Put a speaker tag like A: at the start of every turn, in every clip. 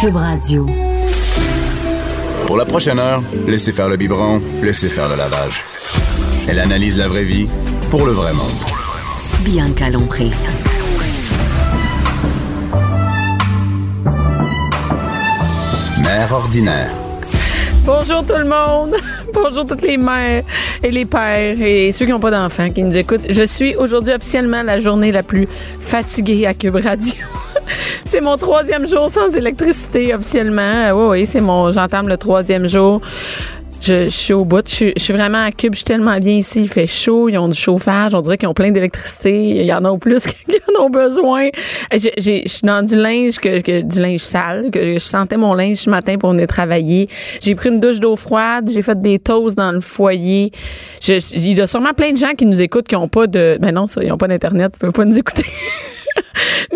A: Cube Radio.
B: Pour la prochaine heure, laissez faire le biberon, laissez faire le lavage. Elle analyse la vraie vie pour le vrai monde.
A: Bianca Lompré.
B: Mère ordinaire.
C: Bonjour tout le monde. Bonjour toutes les mères et les pères et ceux qui n'ont pas d'enfants qui nous écoutent. Je suis aujourd'hui officiellement la journée la plus fatiguée à Cube Radio. c'est mon troisième jour sans électricité officiellement. Euh, Oui, oui, c'est mon. J'entame le troisième jour. Je, je suis au bout. Je, suis- je suis vraiment à Cube. Je suis tellement bien ici. Il fait chaud. Ils ont du chauffage. On dirait qu'ils ont plein d'électricité. Il y en a au plus qu'ils en ont besoin. J'ai- j'ai- Je suis dans du linge, que, que- du linge sale. Que je sentais mon linge ce matin pour venir travailler. J'ai pris une douche d'eau froide. J'ai fait des toasts dans le foyer. Je- je- il y a sûrement plein de gens qui nous écoutent qui n'ont pas de... Ben non, ça, ils n'ont pas d'Internet. Ils peuvent pas nous écouter.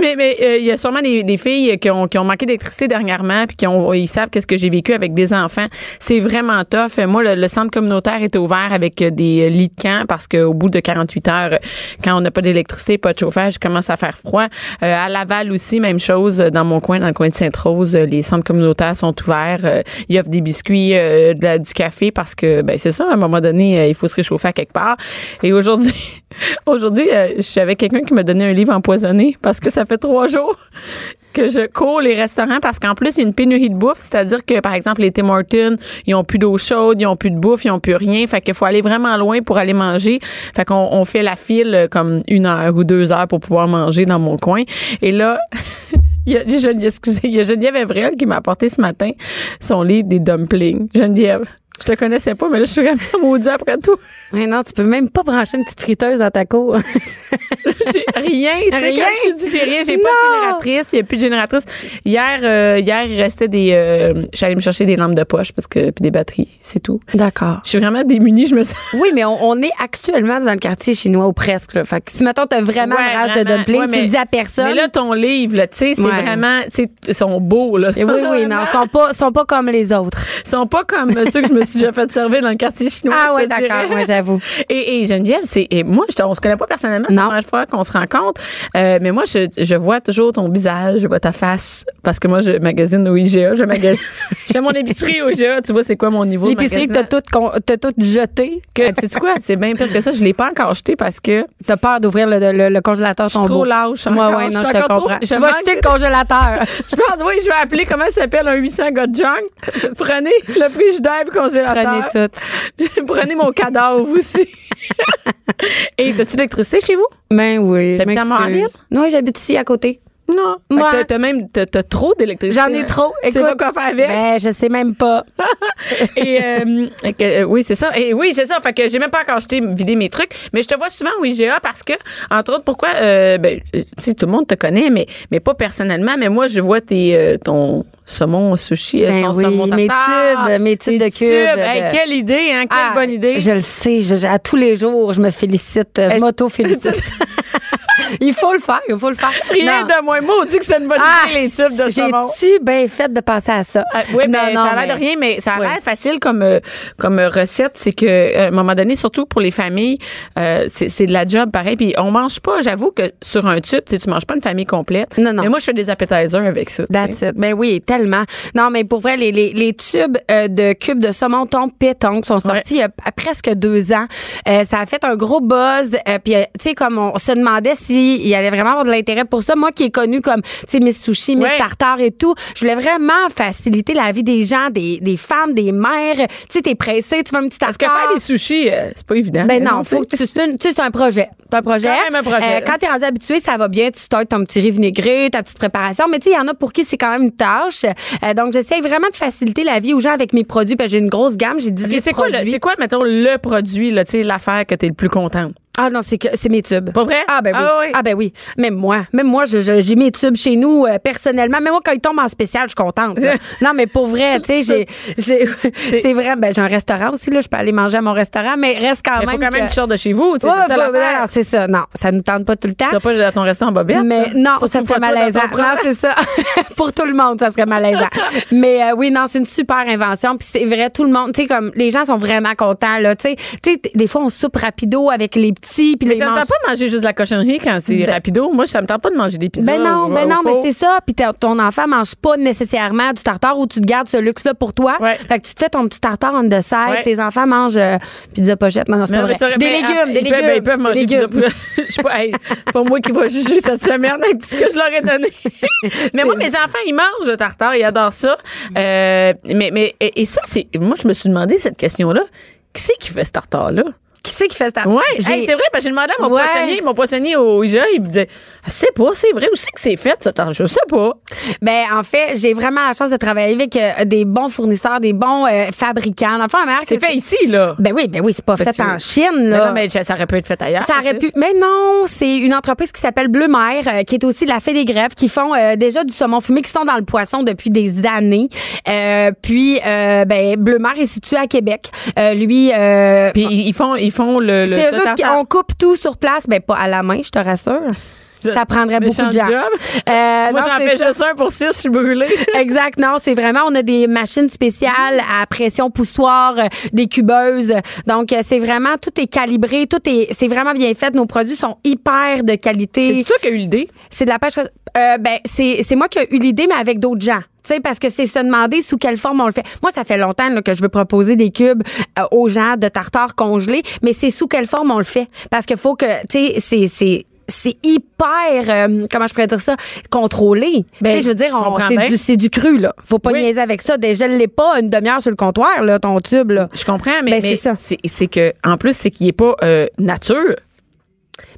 C: Mais mais euh, il y a sûrement des, des filles qui ont, qui ont manqué d'électricité dernièrement puis qui ont ils savent qu'est-ce que j'ai vécu avec des enfants. C'est vraiment tough. Moi le, le centre communautaire était ouvert avec euh, des euh, lits de camp parce qu'au bout de 48 heures euh, quand on n'a pas d'électricité, pas de chauffage, il commence à faire froid. Euh, à Laval aussi même chose euh, dans mon coin dans le coin de Sainte-Rose, euh, les centres communautaires sont ouverts, Euh, ils offrent des biscuits, euh, de la- du café parce que ben c'est ça à un moment donné euh, il faut se réchauffer à quelque part. Et aujourd'hui Aujourd'hui, euh, je suis avec quelqu'un qui m'a donné un livre empoisonné parce que ça fait trois jours que je cours les restaurants parce qu'en plus, il y a une pénurie de bouffe. C'est-à-dire que, par exemple, les Tim Hortons, ils ont plus d'eau chaude, ils ont plus de bouffe, ils ont plus rien. Fait qu'il faut aller vraiment loin pour aller manger. Fait qu'on on fait la file euh, comme une heure ou deux heures pour pouvoir manger dans mon coin. Et là, il y a, Geneviève- excusez, il y a Geneviève Evrel qui m'a apporté ce matin son lit des dumplings. Geneviève, je te connaissais pas, mais là, je suis vraiment maudite après tout.
D: Ouais, non, tu peux même pas brancher une petite friteuse dans ta cour.
C: J'ai rien, tu sais,
D: Rien.
C: quand tu dis j'ai rien, j'ai pas de
D: Non.
C: génératrice, il n'y a plus de génératrice. Hier, euh, hier, il restait des, euh, j'allais me chercher des lampes de poche parce que puis des batteries, c'est tout.
D: D'accord.
C: Je suis vraiment démunie, je me sens.
D: Oui, mais on, on est actuellement dans le quartier chinois ou presque. là. Fait que si, mettons, t'as vraiment
C: Ouais,
D: une rage de
C: vraiment.
D: dumpling,
C: Ouais,
D: tu
C: mais-
D: le dis à personne.
C: Mais là, ton livre, là, tu sais, c'est
D: Ouais.
C: vraiment, tu sais, ils sont beaux, là.
D: Et oui, oui, non, sont pas, sont pas comme les autres.
C: Ils sont pas comme euh, ceux que je me suis déjà fait servir dans le quartier chinois.
D: Ah
C: je
D: ouais,
C: te dirais.
D: d'accord, moi j'avoue.
C: Et, et Geneviève, c'est et moi, je, te- on se connaît pas personnellement, c'est
D: Non.
C: la première fois qu'on se rencontre. Euh, mais moi, je, je vois toujours ton visage, je vois ta face, parce que moi, je magasine au IGA, je magasine, je fais mon épicerie au IGA. Tu vois, c'est quoi mon niveau de
D: L'épicerie que t'as
C: magasinage.
D: toute con- t'as toute jetée,
C: que tu sais quoi, c'est bien pire que ça. Je l'ai pas encore acheté parce que
D: t'as peur d'ouvrir le, le, le congélateur.
C: je suis trop lâche.
D: Moi,
C: encore,
D: ouais, non,
C: suis
D: je te
C: encore trop-
D: comprends.
C: je
D: Tu vas
C: manque-
D: acheter le congélateur.
C: Je pense, oui, je vais appeler, comment ça s'appelle, un 800 gars de junk. Prenez le frigidaire et le
D: Prenez
C: congélateur.
D: tout.
C: tout. Prenez mon cadavre aussi. et t'as-tu d'électricité chez vous?
D: Ben oui. je
C: T'habites à Montréal?
D: m'excuse. Oui, j'habite ici à côté.
C: Non.
D: Ouais.
C: Fait que T'as t'as même t'as, t'as trop d'électricité.
D: J'en ai trop.
C: Tu sais pas
D: Écoute,
C: quoi faire avec.
D: Ben, je sais même pas.
C: Et, euh, et que, euh, oui, c'est ça. Et oui, c'est ça. Fait que j'ai même pas encore acheté vidé mes trucs, mais je te vois souvent au IGA parce que entre autres pourquoi euh, ben euh, tu sais tout le monde te connaît mais mais pas personnellement, mais moi je vois tes euh, ton saumon au sushi, euh,
D: Ben
C: ton
D: oui,
C: saumon
D: mes
C: tartare,
D: tubes, mes
C: tes
D: tubes de cubes,
C: Hey,
D: de-
C: quelle idée hein, quelle
D: Ah,
C: bonne idée.
D: Je le sais, je- je- à tous les jours, je me félicite, euh, je
C: Est-ce-
D: m'auto-félicite. il faut le faire, il faut le faire.
C: Rien
D: Non.
C: de moins. Moi, on dit que c'est une bonne
D: Ah,
C: idée, les tubes de saumon.
D: J'ai-tu bien fait de penser à ça?
C: Euh, oui,
D: Non,
C: mais
D: non,
C: ça a l'air
D: mais-
C: de rien, mais ça a
D: Oui.
C: l'air facile comme euh, comme euh, recette. C'est que euh, à un moment donné, surtout pour les familles, euh, c'est c'est de la job pareil. Puis on mange pas. J'avoue que sur un tube, tu sais, tu manges pas une famille complète.
D: Non, non.
C: Mais moi, je fais des appetizers avec ça. tu sais.
D: That's it. Ben oui, tellement. Non, mais pour vrai, les, les, les tubes euh, de cubes de saumon ton pétanque sont sortis
C: Ouais.
D: il y a p- presque deux ans. Euh, ça a fait un gros buzz. euh, Puis, euh, tu sais, comme on se demandait s'il y allait vraiment avoir de l'intérêt pour ça. Moi qui est connue comme, tu sais, Miss Sushi, Miss
C: Ouais.
D: Tartare et tout, je voulais vraiment faciliter la vie des gens, des, des femmes, des mères. Tu sais, t'es pressé, tu veux un petit
C: Parce que
D: tartare.
C: faire des sushis, euh, c'est pas évident.
D: ah. Ben non,
C: tu sais.
D: faut que tu c'est une- tu sais c'est un projet, c'est un projet. Euh,
C: Quand même un projet, là.
D: quand t'es rendu habitué, ça va bien, tu startes ton petit riz vinaigré, ta petite préparation, mais tu sais il y en a pour qui c'est quand même une tâche. Euh, donc j'essaie vraiment de faciliter la vie aux gens avec mes produits parce que j'ai une grosse gamme, j'ai 18
C: Puis c'est quoi,
D: produits.
C: le- c'est quoi, mettons, le produit, là, tu sais, l'affaire que t'es le plus contente?
D: Ah non, c'est que c'est mes tubes.
C: Pas vrai?
D: Ah ben oui.
C: Ah
D: Ah,
C: oui.
D: ben oui. Même moi, même moi je- je- j'ai mes tubes chez nous euh, personnellement, même moi quand ils tombent en spécial, je suis contente. là. non mais pour vrai, tu sais j'ai j'ai- c'est vrai ben j'ai un restaurant aussi là, je peux aller manger à mon restaurant mais reste
C: Il
D: quand
C: faut
D: Ah, même
C: quand même une
D: que-
C: sorte de chez vous, tu sais.
D: Ouais,
C: c'est ça,
D: ouais, ouais,
C: l'affaire.
D: non, c'est ça. Non, ça nous tente pas tout le temps.
C: Tu vas pas à ton restaurant en bobette?
D: Mais
C: là.
D: non,
C: Surtout
D: ça
C: pas toi
D: serait
C: dans ton
D: malaisant.
C: propre-
D: Non, c'est ça. Pour tout le monde, ça serait malaisant. Mais euh, oui, non, c'est une super invention. Puis c'est vrai, tout le monde, tu sais, comme les gens sont vraiment contents, là. Tu sais, Tu sais, t- des fois, on soupe rapido avec les petits petits. Puis
C: Mais
D: là, ils
C: ça me
D: mangent-
C: tente pas de manger juste de la cochonnerie quand c'est
D: Ben-
C: rapido. Moi, ça me tente pas de manger des pizzas.
D: Ben non,
C: au-
D: ben
C: au
D: non, mais
C: four.
D: c'est ça. Puis ta- ton enfant mange pas nécessairement du tartare ou tu te gardes ce luxe-là pour toi.
C: Ouais.
D: Fait que tu te fais ton petit tartare on the side.
C: Ouais.
D: Tes enfants mangent euh, pizza pochette. Non, non, c'est
C: Mais
D: pas
C: on
D: vrai.
C: resterait-
D: Des
C: mais,
D: légumes,
C: ah,
D: des
C: ils
D: légumes.
C: peuvent- ben, ils peuvent manger
D: des
C: pizza
D: légumes.
C: poulet. Je sais pas, hey, c'est pas moi qui va juger cette semaine avec tout ce que je leur ai donné. mais moi, mes enfants, ils mangent le tartare, ils adorent ça.
D: Mm.
C: Euh, mais, mais, et et ça, c'est, moi, je me suis demandé cette question-là. Qui c'est qui fait ce tartare-là?
D: Qui c'est qui fait ça?
C: Ouais,
D: Ah, J'ai-
C: hey, c'est vrai, parce que j'ai demandé à mon
D: Ouais.
C: poissonnier, mon poissonnier au IGA, il me disait, je sais pas, c'est vrai, où c'est que c'est fait, ce tartare? Je sais pas.
D: Ben, en fait, j'ai vraiment la chance de travailler avec euh, des bons fournisseurs, des bons euh, fabricants. Dans le fond, la meilleure
C: C'est fait ici, là.
D: Ben oui, ben oui, c'est pas
C: Parce
D: fait
C: que-
D: en Chine,
C: Mais
D: là.
C: non, mais ça ça aurait pu être fait ailleurs.
D: Ça aurait pu. Mais non, c'est une entreprise qui s'appelle Bleu Mer, euh, qui est aussi la fée des grèves, qui font euh, déjà du saumon fumé, qui sont dans le poisson depuis des années. Euh, puis, euh, ben, Bleu Mer est situé à Québec. Euh, lui, euh,
C: Puis ils ils font, ils font le, le-
D: c'est
C: le
D: eux autres qui
C: tartare.
D: on coupe tout sur place, ben pas à la main, je te rassure.
C: Je-
D: Ça prendrait beaucoup
C: méchant
D: de gens.
C: job.
D: Euh,
C: Moi,
D: non,
C: j'en
D: c'est
C: fais
D: ça.
C: juste un pour six, je suis brûlée.
D: Exact, non, c'est vraiment, on a des machines spéciales à pression poussoir, euh, des cubeuses. Donc, euh, c'est vraiment, tout est calibré, tout est, c'est vraiment bien fait. Nos produits sont hyper de
C: C'est
D: qualité.
C: toi qui as eu l'idée.
D: C'est de la pêche. Euh, ben, c'est c'est moi qui ai eu l'idée, mais avec d'autres gens. Tu sais, parce que c'est se demander sous quelle forme on le fait. Moi, ça fait longtemps là, que je veux proposer des cubes euh, aux gens de tartare congelé, mais c'est sous quelle forme on le fait. Parce qu'il faut que, tu sais, c'est- c'est... C'est hyper, euh, comment je pourrais dire ça, contrôlé.
C: Ben,
D: Tu sais, je veux dire,
C: je
D: on-
C: comprends
D: c'est
C: bien.
D: du, c'est du cru, là. Faut pas
C: Oui.
D: niaiser avec ça. Déjà, je l'ai pas une demi-heure sur le comptoir, là, ton tube, là.
C: Je comprends, mais,
D: Ben,
C: mais
D: c'est ça.
C: c'est c'est que, en plus, c'est qu'il n'est pas euh, nature.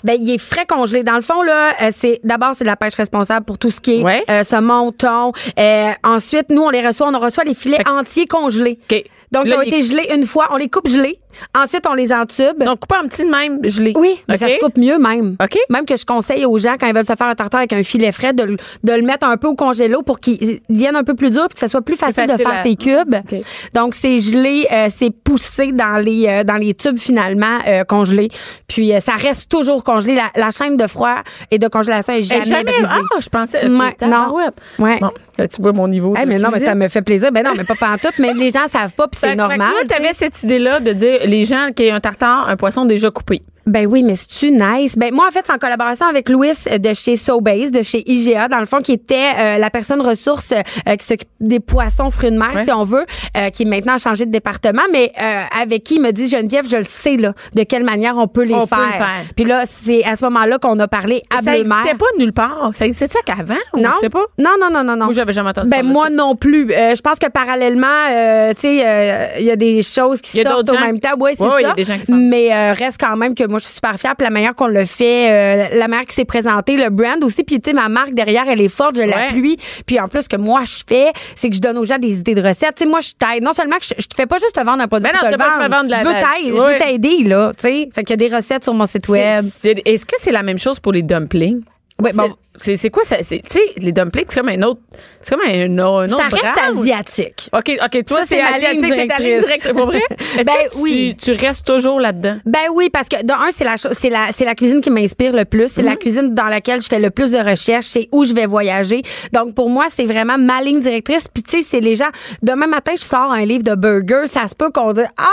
D: Ben, il est frais congelé. Dans le fond, là, euh, c'est d'abord c'est de la pêche responsable pour tout ce qui est
C: Ouais.
D: euh, saumon, thon. Euh, ensuite, nous, on les reçoit, on en reçoit les filets
C: Fait que-
D: entiers congelés.
C: OK.
D: Donc,
C: Là,
D: ils ont
C: ils-
D: été gelés une fois, on les coupe gelés. Ensuite, on les entube.
C: Ils sont coupés en petits de même, je l'ai.
D: Ben. Oui, mais ça
C: OK?
D: se coupe mieux même.
C: OK.
D: Même que je conseille aux gens quand ils veulent se faire un tartare avec un filet frais de, le- de le mettre un peu au congélo pour qu'il devienne un peu plus dur, puis que ça soit plus facile,
C: facile
D: de faire
C: à-
D: tes cubes.
C: OK.
D: Donc c'est gelé, euh, c'est poussé dans les euh, dans les tubes finalement euh, congelés. Puis euh, ça reste toujours congelé. La, la chaîne de froid et de congélation est
C: Eh,
D: jamais,
C: Jamais.
D: brisée.
C: Ah, je pensais. ok,
D: Ouais,
C: tabarouette.
D: non. Ouais.
C: Bon, là, tu vois mon niveau.
D: Eh,
C: de
D: mais non, mais
C: cuisine.
D: ça me fait plaisir. Ben non, mais pas pantoute, mais les gens savent pas, puis
C: Fait
D: c'est
C: que-
D: normal.
C: Fait que là, t'avais cette idée-là de dire les gens qui aient un tartare, un poisson déjà coupé.
D: Ben oui, mais c'est-tu nice? Ben moi, en fait, c'est en collaboration avec Louis euh, de chez Sobase, de chez IGA, dans le fond, qui était euh, la personne ressource euh, qui s'occupe des poissons, fruits de mer,
C: Ouais.
D: si on veut, euh, qui est maintenant changé de département, mais euh, avec qui il me dit, Geneviève, je le sais, là, de quelle manière on peut les
C: On peut
D: faire.
C: le faire.
D: Puis là, c'est à ce moment-là qu'on a parlé à
C: ça
D: Bleu-Mer.
C: n'existait pas nulle part. Ça existait ça qu'avant? ou
D: Non?
C: Je sais pas.
D: Non, non, non, non, non.
C: Moi, j'avais jamais entendu
D: Ben
C: parler de
D: moi
C: ça.
D: non plus. Euh, je pense que parallèlement, euh, tu sais, euh, il y a des choses
C: Il y
D: qui
C: a
D: sortent
C: d'autres
D: au
C: gens
D: même
C: qui-
D: temps. Oui, c'est
C: Ouais, ouais, il y a
D: ça.
C: des gens qui font.
D: Mais euh, reste quand même que moi, je suis super fière. Puis la manière qu'on le fait, euh, la manière qui s'est présentée, le brand aussi. Puis tu sais, ma marque derrière, elle est forte, je l'appuie. Puis en plus, ce que moi, je fais, c'est que je donne aux gens des idées de recettes. Tu sais, moi, je t'aide. Non seulement que je, je te fais pas juste te vendre un produit,
C: Ben non,
D: pour
C: c'est
D: te le
C: pas juste
D: vendre.
C: me vendre de la-
D: je veux
C: la-
D: t'aider,
C: Ouais.
D: je veux t'aider là. Tu sais, fait qu'il y a des recettes sur mon site web.
C: C'est- c'est- Est-ce que c'est la même chose pour les dumplings?
D: Ouais,
C: C'est-
D: bon.
C: C'est c'est quoi ça? c'est- Tu sais, les dumplings, c'est comme un autre. C'est comme un, un autre.
D: Ça reste
C: branche.
D: asiatique.
C: OK, OK. Toi,
D: Ça,
C: c'est
D: c'est ma
C: asiatique,
D: ligne
C: c'est ta ligne
D: directrice.
C: directe, c'est pas vrai? Est-ce
D: Ben
C: que tu-
D: oui.
C: Tu restes toujours là-dedans.
D: Ben oui, parce que de un, c'est la chose, c'est la, c'est la cuisine qui m'inspire le plus.
C: Mm-hmm.
D: C'est la cuisine dans laquelle je fais le plus de recherches. C'est où je vais voyager. Donc, pour moi, c'est vraiment ma ligne directrice. Puis, tu sais, c'est les gens. Demain matin, je sors un livre de burgers. Ça se peut qu'on dise, ah,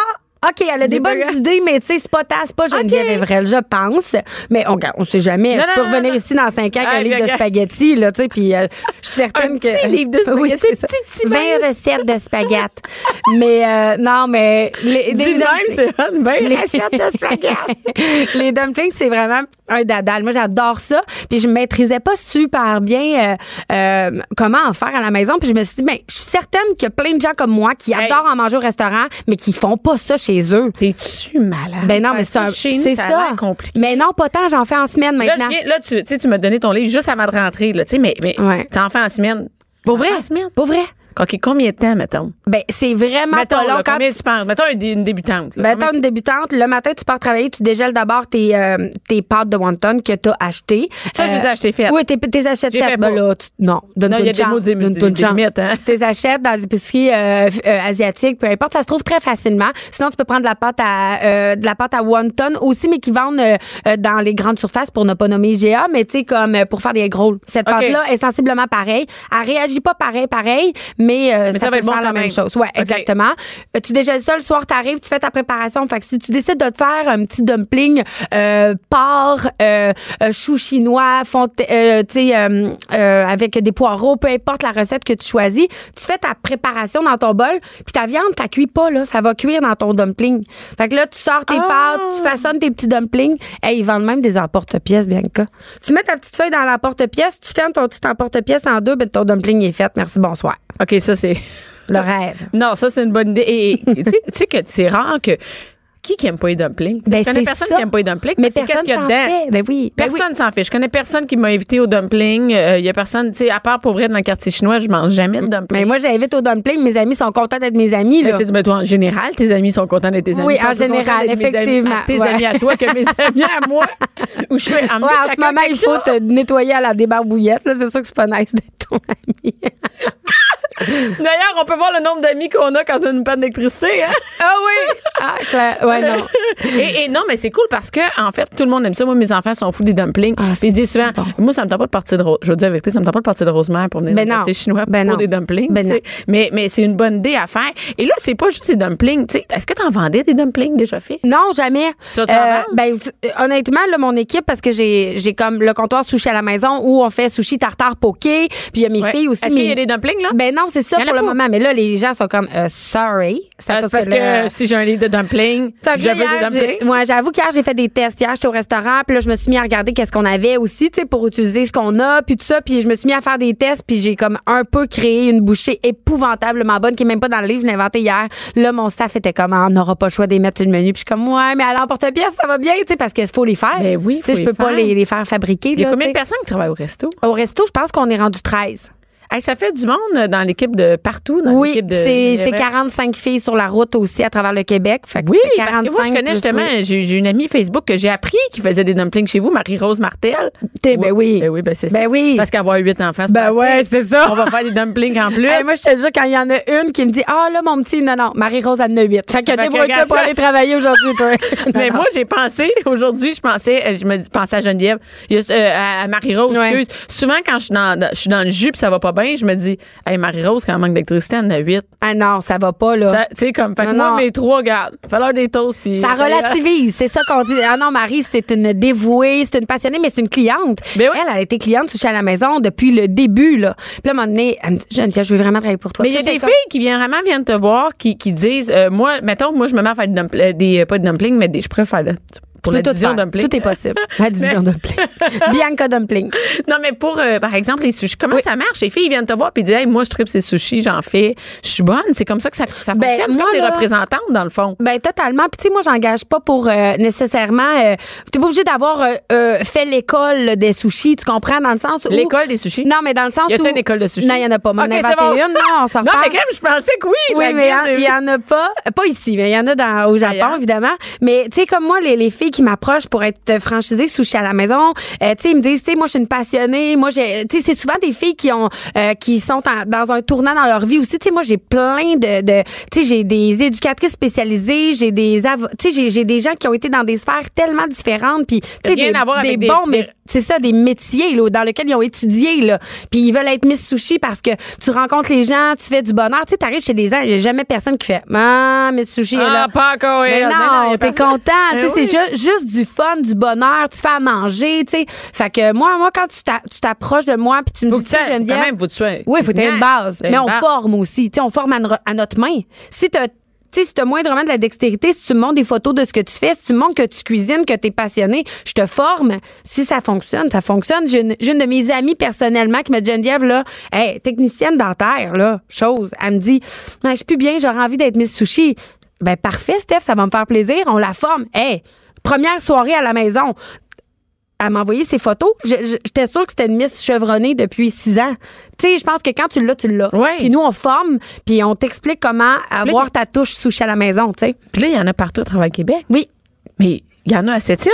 D: OK, elle a des,
C: Des
D: bonnes
C: burgers.
D: idées, mais tu sais, c'est pas ta, c'est pas Geneviève Evrel, je pense. Mais on, on sait jamais.
C: Non,
D: je peux
C: non, non,
D: revenir
C: non.
D: ici dans cinq ans avec
C: Ah,
D: un livre de
C: regarde.
D: spaghettis, là, tu sais, puis euh, je suis certaine
C: Un
D: que...
C: petit livre de
D: Oui,
C: spaghettis,
D: c'est ça.
C: petit, petit
D: 20 recettes de spaghettis. mais euh, non, mais... Les,
C: Dis
D: des-
C: même, c'est une
D: les-
C: belle assiette de spaghetti.
D: les dumplings, c'est vraiment un dadal. Moi, j'adore ça. Puis je maîtrisais pas super bien euh, euh, comment en faire à la maison. Puis je me suis dit, ben, je suis certaine qu'il y a plein de gens comme moi qui
C: Hey.
D: adorent en manger au restaurant, mais qui font pas ça chez eux.
C: T'es-tu malade?
D: Ben non, mais
C: Faire
D: c'est un-
C: ça Chez nous,
D: c'est
C: ça a
D: ça.
C: l'air compliqué.
D: Mais non, pas tant. J'en fais en semaine
C: Là,
D: maintenant.
C: je viens- là, tu, tu sais, tu m'as donné ton livre juste avant de rentrer, là, tu sais, mais, mais
D: Ouais.
C: t'en fais en semaine.
D: Pour vrai?
C: En semaine?
D: Pas vrai?
C: OK, combien de temps, mettons?
D: Ben, c'est vraiment
C: Mettons,
D: pas long.
C: là,
D: Quand
C: combien tu penses? Mettons une, dé- une débutante. là,
D: Ben,
C: combien
D: t'as une débutante, le matin, tu pars travailler, tu dégèles d'abord tes, euh, tes pâtes de wonton que t'as achetées. Euh,
C: Ça, je les ai achetées faites.
D: Oui, t'es, t'es achètes
C: J'ai fait
D: faites. Ben
C: pas.
D: là, tu- non, donne-toi
C: Non, il y a
D: une
C: des mots,
D: chance.
C: des-
D: Donne-toi
C: des-
D: une
C: des limites, hein.
D: chance. T'es achètes dans les épiceries euh, f- euh, asiatiques, peu importe. Ça se trouve très facilement. Sinon, tu peux prendre de la pâte à, euh, de la pâte à wonton aussi, mais qui vendent euh, euh, dans les grandes surfaces pour ne pas nommer IGA, mais tu sais, comme euh, pour faire des gros. Cette
C: OK.
D: pâte-là est sensiblement pareille. Elle réagit pas pareil, pareil, mais mais, euh,
C: Mais
D: ça,
C: ça va
D: peut
C: être bon
D: faire la
C: quand
D: même
C: même.
D: chose. Ouais,
C: OK.
D: exactement. Euh, tu dégèles ça le soir, t'arrives, tu fais ta préparation. Fait que si tu décides de te faire un petit dumpling, euh, porc, euh, euh, chou chinois, fonte, euh, tu sais, euh, euh, avec des poireaux, peu importe la recette que tu choisis, tu fais ta préparation dans ton bol, puis ta viande, t'as cuit pas là, ça va cuire dans ton dumpling. Fait que là, tu sors tes
C: Ah!
D: pâtes, tu façonnes tes petits dumplings. Hey, ils vendent même des emporte-pièces, Bianca. Tu mets ta petite feuille dans l'emporte-pièce, tu fermes ton petit emporte-pièce en deux, ben ton dumpling est fait. Merci, bonsoir.
C: OK, ça, c'est.
D: Le rêve.
C: Non, ça, c'est une bonne idée. Et et tu sais- tu sais que c'est rare que. Qui qui aime pas les dumplings?
D: Ben,
C: je connais
D: c'est
C: personne
D: ça.
C: qui aime pas les dumplings.
D: Mais
C: parce que
D: personne
C: qu'est-ce qu'il y a
D: s'en
C: dedans?
D: fait. Ben oui. Ben
C: Personne s'en fait. Je connais personne qui m'a invité au dumpling. Euh, Il y a personne, tu sais, à part pour vrai dans le quartier chinois, je mange jamais de dumplings.
D: Mais Ben, moi, j'invite au dumpling. Mes amis sont contents d'être mes amis.
C: Mais
D: Là.
C: Ben, c'est- mais toi, en général, tes amis sont contents d'être tes amis.
D: Oui,
C: Ils sont
D: en
C: plus contents
D: général,
C: d'être mes amis-
D: effectivement,
C: à Tes
D: ouais.
C: amis à toi que mes amis à moi. Où je fais en
D: Ouais, en ce moment, il faut te nettoyer à la débarbouillette. là. C'est sûr que c'est pas nice d'être ton ami.
C: D'ailleurs, on peut voir le nombre d'amis qu'on a quand on a une panne d'électricité, hein?
D: ah oui! Ah, clair. Ouais, non.
C: et, et non, mais c'est cool parce que, en fait, tout le monde aime ça. Moi, mes enfants sont fous des dumplings.
D: Ah,
C: Puis ils disent souvent, moi, ça me tente pas de partir de Rosemère. Je veux dire la vérité, ça me tente pas de partir de Rosemère pour venir dans
D: Ben
C: le
D: non.
C: quartier chinois
D: Ben
C: pour
D: non.
C: des dumplings.
D: Ben
C: tu sais.
D: non.
C: mais mais c'est une bonne idée à faire. Et là, c'est pas juste des dumplings. tu sais. Est-ce que t'en vendais des dumplings déjà faits?
D: Non, jamais.
C: Tu vas te faire mal?
D: ben, tu- euh, honnêtement, là, mon équipe, parce que j'ai j'ai comme le comptoir sushi à la maison où on fait sushi tartare poké, puis il y a mes
C: Ouais.
D: filles aussi.
C: Est-ce qu'il y a
D: mais-
C: des dumplings, là?
D: Ben non, c'est ça
C: Il y en a
D: pour le
C: pas.
D: moment. Mais là, les gens sont comme, euh, sorry. C'est à
C: Ah,
D: cause
C: c'est parce que,
D: le-
C: si j'ai un livre de dumplings,
D: Fait que
C: je veux
D: là,
C: des
D: hier, j'ai-
C: dumplings.
D: ouais, j'avoue qu'hier, j'ai fait des tests. Hier, j'étais au restaurant, puis là, je me suis mis à regarder qu'est-ce qu'on avait aussi, tu sais, pour utiliser ce qu'on a, puis tout ça. Puis je me suis mis à faire des tests, puis j'ai comme un peu créé une bouchée épouvantablement bonne, qui est même pas dans le livre, je l'ai inventée hier. Là, mon staff était comme, Ah, on n'aura pas le choix de les mettre sur le menu. Puis je suis comme, ouais, mais à l'emporte-pièce, ça va bien, tu sais, parce qu'il faut les faire.
C: Ben oui,
D: Tu sais,
C: faut
D: je
C: les
D: peux pas
C: faire.
D: les, les faire fabriquer.
C: Il y a
D: là,
C: combien
D: tu
C: de
D: sais.
C: personnes qui travaillent au resto?
D: Au resto, je pense qu'on est rendu 13.
C: Hey, ça fait du monde dans l'équipe de partout, dans
D: Oui,
C: l'équipe de.
D: c'est c'est
C: Lévesque.
D: 45 filles sur la route aussi à travers le Québec. Fait que
C: Oui,
D: c'est
C: parce que moi, je
D: 45
C: connais
D: plus-
C: justement, j'ai j'ai une amie Facebook que j'ai appris qui faisait des dumplings chez vous, Marie-Rose Martel.
D: T'es- ben oui.
C: Ben oui, ben c'est ça.
D: Ben oui.
C: Parce qu'avoir huit enfants, c'est
D: Ben
C: pas
D: ouais,
C: assez.
D: c'est ça.
C: On va faire des dumplings en plus.
D: Hey, moi, je te jure, quand il y en a une qui me dit Ah, là, mon petit, non, non, Marie-Rose, elle en a 8. Fait que
C: que
D: débrouille-toi
C: regarde
D: pour
C: ça.
D: aller travailler aujourd'hui, toi. Non,
C: mais
D: non.
C: moi, j'ai pensé, aujourd'hui, je pensais, euh, je me dis- pensais à Geneviève, il y a, euh, à à Marie-Rose,
D: Ouais.
C: excuse. Souvent, quand je suis dans, dans- je suis dans le jus pis ça va pas bien, je me dis, hey, Marie-Rose, quand elle manque d'électricité, elle en a huit.
D: Ah non, ça va pas, là.
C: Ça,
D: Ça,
C: Tu sais, comme, fait que
D: Non,
C: moi,
D: non.
C: mes trois, regarde, falloir des toasts puis.
D: relativise. C'est ça qu'on dit. Ah non, Marie, c'est une dévouée, c'est une passionnée, mais c'est une cliente.
C: Ben oui.
D: Elle, elle a été cliente chez à la maison depuis le début, là. Puis là, à un moment donné, elle me dit Geneviève, je veux vraiment travailler pour toi.
C: Mais il y a
D: Puis là,
C: des
D: j'ai
C: filles qui viennent vraiment viennent te voir qui, qui disent euh, moi mettons moi je me mets à faire des, dumpl- euh, des euh, pas de dumplings mais des je préfère là, pour
D: comme,
C: la
D: tout
C: division
D: faire.
C: dumpling.
D: Tout est possible. La division dumpling. Bianca dumpling.
C: non mais pour euh, par exemple les sushis comment
D: Oui.
C: ça marche les filles viennent te voir puis disent hey, moi je tripe ces sushis j'en fais je suis bonne c'est comme ça que ça, ça
D: Ben,
C: fonctionne c'est
D: moi,
C: comme des
D: là-
C: représentantes dans le fond.
D: Ben totalement. Puis tu sais, moi, j'engage pas pour euh, nécessairement. euh, T'es pas obligé d'avoir euh, euh, fait l'école des sushis, tu comprends dans le sens où
C: L'école des sushis?
D: Non, mais dans le sens
C: Y a-t-il
D: où-
C: une école de sushis?
D: Non, il y en a pas. M'en
C: Ok,
D: inventer
C: c'est bon.
D: une. Non, on s'en
C: Non
D: reparle.
C: mais quand même je pensais que oui.
D: Oui,
C: la
D: mais
C: guide
D: il
C: des-
D: y en a pas. Pas ici, mais il y en a dans, au Japon,
C: Ailleurs.
D: évidemment. Mais, tu sais, comme moi, les, les filles qui m'approchent pour être franchisée sushi à la maison, euh, tu sais, ils me disent, tu sais, moi, je suis une passionnée. Moi, j'ai, tu sais, c'est souvent des filles qui ont, euh, qui sont en- dans un tournant dans leur vie aussi. Tu sais, moi, j'ai plein de, de tu sais, j'ai des éducatrices spécialisées, j'ai des, avo- tu sais, j'ai- j'ai des gens qui ont été dans des sphères tellement différentes. Puis, tu sais,
C: Rien
D: des,
C: à voir avec
D: des
C: des-
D: bons, mais c'est ça, des métiers là, dans lesquels ils ont étudié. Là. Puis ils veulent être Miss Sushi parce que tu rencontres les gens, tu fais du bonheur. Tu sais, t'arrives chez les gens, il n'y a jamais personne qui fait « Ah, Miss Sushi est
C: Ah,
D: là ».
C: pas encore
D: Mais
C: elle. Mais non, il y
D: non,
C: a
D: t'es
C: personne.
D: content. Tu sais,
C: Ben oui.
D: C'est ju- juste, du fun, du bonheur. Tu fais à manger, tu sais. Fait que moi, moi quand tu t'a- tu t'approches de moi puis tu me
C: Faut
D: dis «
C: que
D: Tu sais,
C: tu aies-
D: Geneviève,
C: quand même, faut que tu aies-
D: Oui, faut que t'aies une
C: Snack.
D: base.
C: T'as
D: Mais
C: une
D: on
C: base.
D: forme aussi. Tu sais, on forme à, notre- à notre main. Si t'as tu sais, si t'as moindrement de la dextérité, si tu me montres des photos de ce que tu fais, si tu me montres que tu cuisines, que tu es passionné, je te forme. Si ça fonctionne, ça fonctionne. J'ai une, j'ai une de mes amies personnellement qui m'a dit Geneviève, là, hey, technicienne dentaire, là, chose. Elle me dit, Ben, je suis plus bien, j'aurais envie d'être Miss Sushi. Ben, parfait, Steph, ça va me faire plaisir. On la forme. Hey, première soirée à la maison. Elle m'a envoyé ses photos. Je- je- J'étais sûre que c'était une Miss chevronnée depuis six ans. Tu sais, je pense que quand tu l'as, tu l'as.
C: Ouais.
D: Puis nous, on forme, puis on t'explique comment avoir ta touche souche à la maison, tu sais.
C: Puis là il y en a partout à travers le Québec.
D: Oui.
C: Mais il y en a à cette île.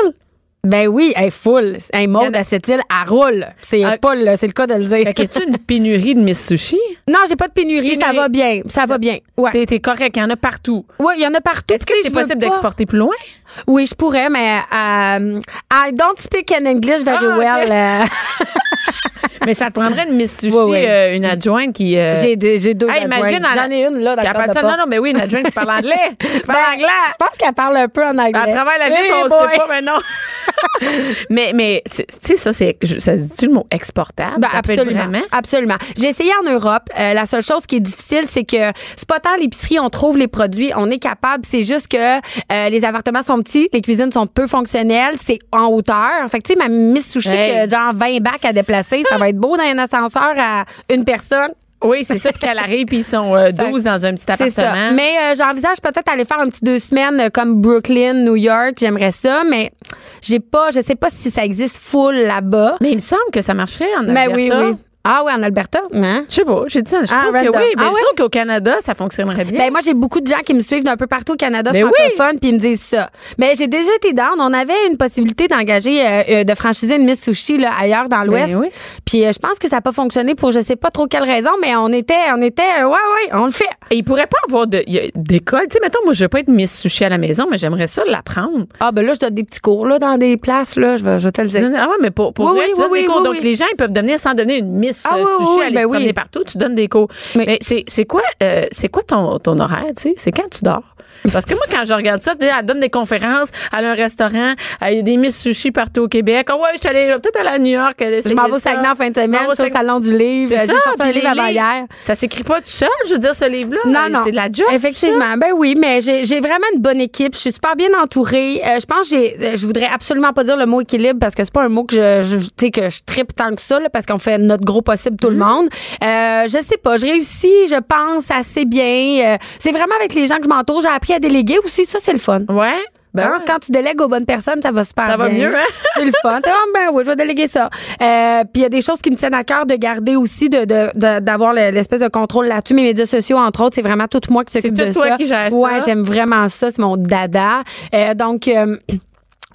D: Ben oui, elle est full. Elle est mode à cette île, elle roule. C'est
C: Ah.
D: pas le- c'est le cas de le dire.
C: Fait que tu une pénurie de mes sushis
D: Non, j'ai pas de pénurie, ça
C: Pénurie.
D: va bien. Ça va bien. Ouais.
C: T'es t'es correct, il y en a partout.
D: Ouais, il y en a partout.
C: Est-ce que
D: Tu sais,
C: c'est
D: je veux
C: possible
D: pas-
C: d'exporter plus loin?
D: Oui, je pourrais, mais euh, I don't speak in English very
C: Ah, ok.
D: well. euh.
C: Mais ça te prendrait une Miss Sushi,
D: Ouais, ouais.
C: euh, une adjointe qui. euh,
D: J'ai deux, j'ai deux
C: Hey,
D: adjointes.
C: imagine,
D: J'en ai une, là, dans
C: qui appelle
D: le corps de
C: ça-
D: porte.
C: Non, non, mais oui, une adjointe qui parle anglais. Qui parle
D: Ben,
C: anglais.
D: Je pense qu'elle parle un peu en anglais.
C: Elle travaille Ben, la vie,
D: Hey
C: on
D: boy.
C: sait pas, mais non. mais, mais, tu sais, ça, c'est, je- ça se dit le mot exportable?
D: Ben,
C: ça peut être
D: absolument,
C: vraiment?
D: absolument. J'ai essayé en Europe. Euh, la seule chose qui est difficile, c'est que c'est pas tant l'épicerie, on trouve les produits, on est capable. C'est juste que euh, les appartements sont petits, les cuisines sont peu fonctionnelles, c'est en hauteur. Fait que tu sais, ma mise sushi
C: Hey.
D: que genre 20 bacs à déplacer, ça va être beau dans un ascenseur à une personne.
C: Oui, c'est ça, puis qu'elle arrive, puis ils sont euh, 12 dans un petit
D: C'est
C: appartement.
D: ça. Mais euh, j'envisage peut-être aller faire un petit deux semaines euh, comme Brooklyn, New York. J'aimerais ça, mais j'ai pas, je sais pas si ça existe full là-bas.
C: Mais il me semble que ça marcherait en
D: Mais
C: Alberta.
D: oui, oui. Ah oui, en Alberta, hein?
C: Je sais pas, j'ai dit ça. Je
D: Ah,
C: trouve que
D: random.
C: oui, mais
D: Ah
C: je
D: ouais?
C: trouve qu'au Canada, ça fonctionnerait bien.
D: Ben moi j'ai beaucoup de gens qui me suivent d'un peu partout au Canada
C: Mais oui!
D: francophone puis ils me disent ça. Mais j'ai déjà été down, on avait une possibilité d'engager euh, euh, de franchiser une Miss Sushi là, ailleurs dans l'ouest.
C: oui.
D: Puis euh, je pense que ça n'a pas fonctionné pour je sais pas trop quelle raison mais on était on était euh, ouais ouais, on le fait.
C: Et il pourrait pas avoir de- y a- d'école. Tu sais, mettons, moi, je veux pas être Miss Sushi à la maison, mais j'aimerais ça l'apprendre.
D: Ah ben là je donne des petits cours là dans des places là, je vais je vais te le dire.
C: Ah ouais, mais pour, pour
D: Oui,
C: vrai,
D: oui,
C: tu donnes
D: oui,
C: des
D: oui,
C: cours.
D: oui,
C: Donc,
D: oui.
C: les gens, ils peuvent devenir, sans devenir une Miss
D: Ah
C: euh,
D: oui, oui,
C: Sushi,
D: oui,
C: aller
D: ben
C: se
D: oui.
C: promener partout, tu donnes des cours. Mais,
D: Mais-
C: c'est c'est quoi, euh, c'est quoi ton, ton horaire, tu sais? C'est quand tu dors? Parce que moi, quand je regarde ça, tu sais, elle donne des conférences, elle a un restaurant, elle- il y a des Miss Sushi partout au Québec. Ah ouais, je suis allée euh, peut-être aller à New York. aller
D: Je m'en
C: essayer
D: vais au
C: ça.
D: Saguenay en fin de
C: Je m'en
D: semaine,
C: vais au
D: je suis au
C: Saguenay.
D: salon du livre,
C: C'est
D: j'ai
C: ça,
D: sorti un
C: puis
D: livre
C: les
D: avant
C: livres,
D: hier.
C: Ça s'écrit pas tout seul, je veux dire, ce livre-là. euh,
D: Non, non.
C: C'est de la job.
D: Effectivement. Ben oui, mais j'ai j'ai vraiment une bonne équipe. Je suis super bien entourée. Euh, je pense que j'ai- euh, je voudrais absolument pas dire le mot équilibre parce que c'est pas un mot que je, je- tu sais, que je tripe tant que ça, là, parce qu'on fait notre gros possible tout le
C: Mm-hmm.
D: monde. Euh, je sais pas. Je réussis, je pense, assez bien. Euh, c'est vraiment avec les gens que je m'entoure. J'ai appris à déléguer aussi. Ça, c'est le fun.
C: ça. Ouais. Ben,
D: Hein, Quand tu délègues aux bonnes personnes, ça va super
C: Ça va
D: bien.
C: mieux, hein?
D: C'est le fun. T'es, Ah, ben oui, je vais déléguer ça. Euh, Puis il y a des choses qui me tiennent à cœur de garder aussi, de, de- de- d'avoir le- l'espèce de contrôle là-dessus. Mes médias sociaux, entre autres, c'est vraiment tout moi qui s'occupe
C: tout
D: de ça.
C: toi qui gères ça.
D: Ouais, j'aime vraiment ça. C'est mon dada. Euh, donc... euh,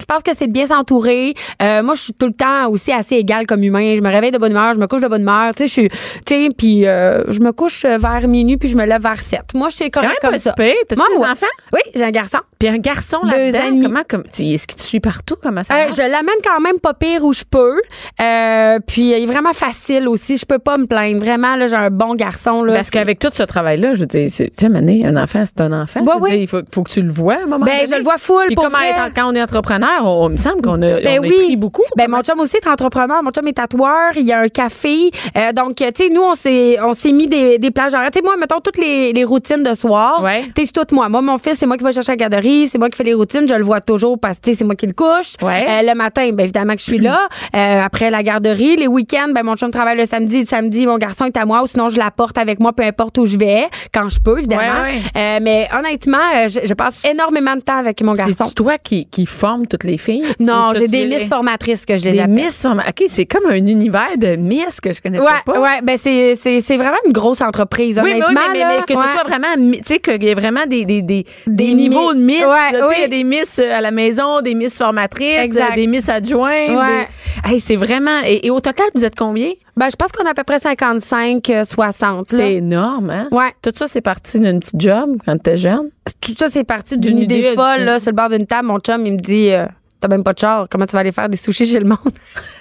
D: je pense que c'est de bien s'entourer. Euh, moi, je suis tout le temps aussi assez égale comme humain. Je me réveille de bonne humeur, je me couche de bonne humeur. Tu sais, je suis, tu sais, puis euh, je me couche vers minuit puis je me lève vers 7. Moi, je suis
C: quand
D: correcte
C: même
D: comme
C: pas
D: ça.
C: si pire. T'as-tu
D: Moi,
C: des
D: moi.
C: enfants?
D: Oui, j'ai un garçon.
C: Puis un garçon
D: Deux ans et
C: là-dedans,
D: demi.
C: comment, comme, tu- est-ce qu'il te suit partout? Comment ça
D: Euh,
C: marche?
D: je l'amène quand même pas pire où je peux. Euh, puis euh, il est vraiment facile aussi. Je peux pas me plaindre. Vraiment, là, j'ai un bon garçon. Là,
C: Parce qu'avec tout ce travail-là, je veux dire, c'est- tu sais, Mané, un enfant, c'est un enfant.
D: Ouais,
C: Je veux
D: ouais.
C: dire, il faut, faut que tu le vois à un moment
D: Ben,
C: donné.
D: je le vois full,
C: Puis
D: pour
C: comment
D: vrai.
C: être- quand on est entrepreneur, on, il me semble qu'on a,
D: Ben
C: on a
D: oui.
C: pris beaucoup.
D: Ben, mon chum aussi est entrepreneur. Mon chum est tatoueur. Il a un café. Euh, donc, euh, tu sais, nous, on s'est, on s'est mis des, des plages horaires. Tu sais, moi, mettons toutes les, les routines de soir.
C: Ouais.
D: T'es sur toute moi. Moi, mon fils, c'est moi qui vais chercher à la garderie. C'est moi qui fais les routines. Je le vois toujours parce que, tu sais, c'est moi qui le couche.
C: Ouais.
D: Euh, le matin, ben, évidemment que je suis là. Euh, après la garderie, les week-ends, ben, mon chum travaille le samedi. Le samedi, mon garçon est à moi ou sinon, je l'apporte avec moi, peu importe où je vais, quand je peux, évidemment.
C: Ouais, ouais.
D: Euh, mais honnêtement, euh, je, je passe énormément de temps avec mon garçon.
C: C'est toi qui, qui forme toutes les filles?
D: Non,
C: Ou ça,
D: j'ai
C: tu
D: des
C: les-
D: miss formatrices que je les
C: Des
D: appelle.
C: miss form- OK, c'est comme un univers de miss que je connaissais
D: Ouais,
C: pas.
D: ouais, ben c'est, c'est, c'est vraiment une grosse entreprise,
C: Oui, mais, oui,
D: honnêtement.
C: mais, mais-
D: là.
C: mais que
D: Ouais.
C: ce soit vraiment, mi- tu sais, qu'il y ait vraiment des, des, des,
D: Des
C: des niveaux de miss.
D: mi-
C: là,
D: ouais,
C: tu sais, Il y a
D: oui.
C: des miss euh, à la maison, des miss formatrices,
D: Exact.
C: euh, des miss adjointes.
D: Ouais.
C: des- Hey, c'est vraiment. Et, et au total, vous êtes combien?
D: Ben, je pense qu'on a à peu près 55, euh, 60. là.
C: C'est énorme, hein?
D: Ouais.
C: Tout ça, c'est parti d'une petite job quand t'étais jeune.
D: Tout ça, c'est parti d'une
C: D'une
D: idée
C: idée,
D: folle,
C: d'une-
D: là, sur le bord d'une table. Mon chum, il me dit, euh, t'as même pas de char, comment tu vas aller faire des sushis chez le monde?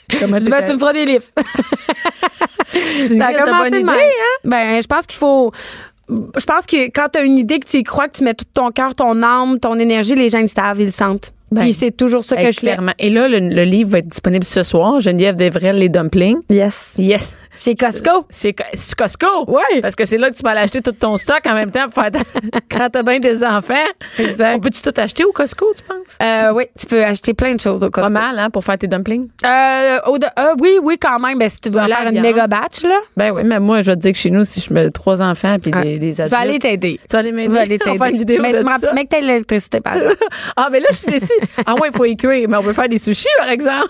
C: Comment
D: Je dis, ben,
C: t'étais-
D: tu me feras des livres.
C: C'est une
D: Ça a
C: crise de bonne
D: commencé de
C: idée,
D: même.
C: hein?
D: Ben, je pense qu'il faut. Je pense que quand tu as une idée, que tu y crois, que tu mets tout ton cœur, ton âme, ton énergie, les gens ils le savent, ils le sentent.
C: Ben,
D: Puis c'est toujours ça que
C: Hey,
D: je fais.
C: clairement. Et là, le, le livre va être disponible ce soir. Geneviève Devrel, les dumplings.
D: Yes.
C: Yes.
D: Chez Costco.
C: C'est co- c'est Costco.
D: Ouais.
C: Parce que c'est là que tu vas aller acheter tout ton stock en même temps pour faire ta- quand t'as bien des enfants.
D: Exact.
C: On peut-tu tout acheter au Costco, tu penses?
D: Euh, oui, tu peux acheter plein de choses au
C: Pas
D: Costco.
C: mal, hein, pour faire tes dumplings.
D: Euh, au de- euh, oui, oui, quand même. Ben, si tu veux en
C: La
D: faire une
C: viande.
D: méga batch, là,
C: Ben oui, mais moi, je vais te dire que chez nous, si je mets trois enfants puis
D: Ah,
C: des, des
D: je
C: adultes.
D: vais aller t'aider.
C: Tu vas aller m'aider.
D: Je vais aller
C: On va faire une vidéo
D: Mais
C: de
D: tu me
C: ça.
D: rappelles- mais que t'aies l'électricité, par exemple.
C: Ah, mais là, je suis déçue. Ah ouais, il faut y cuire. Mais on peut faire des sushis, par exemple.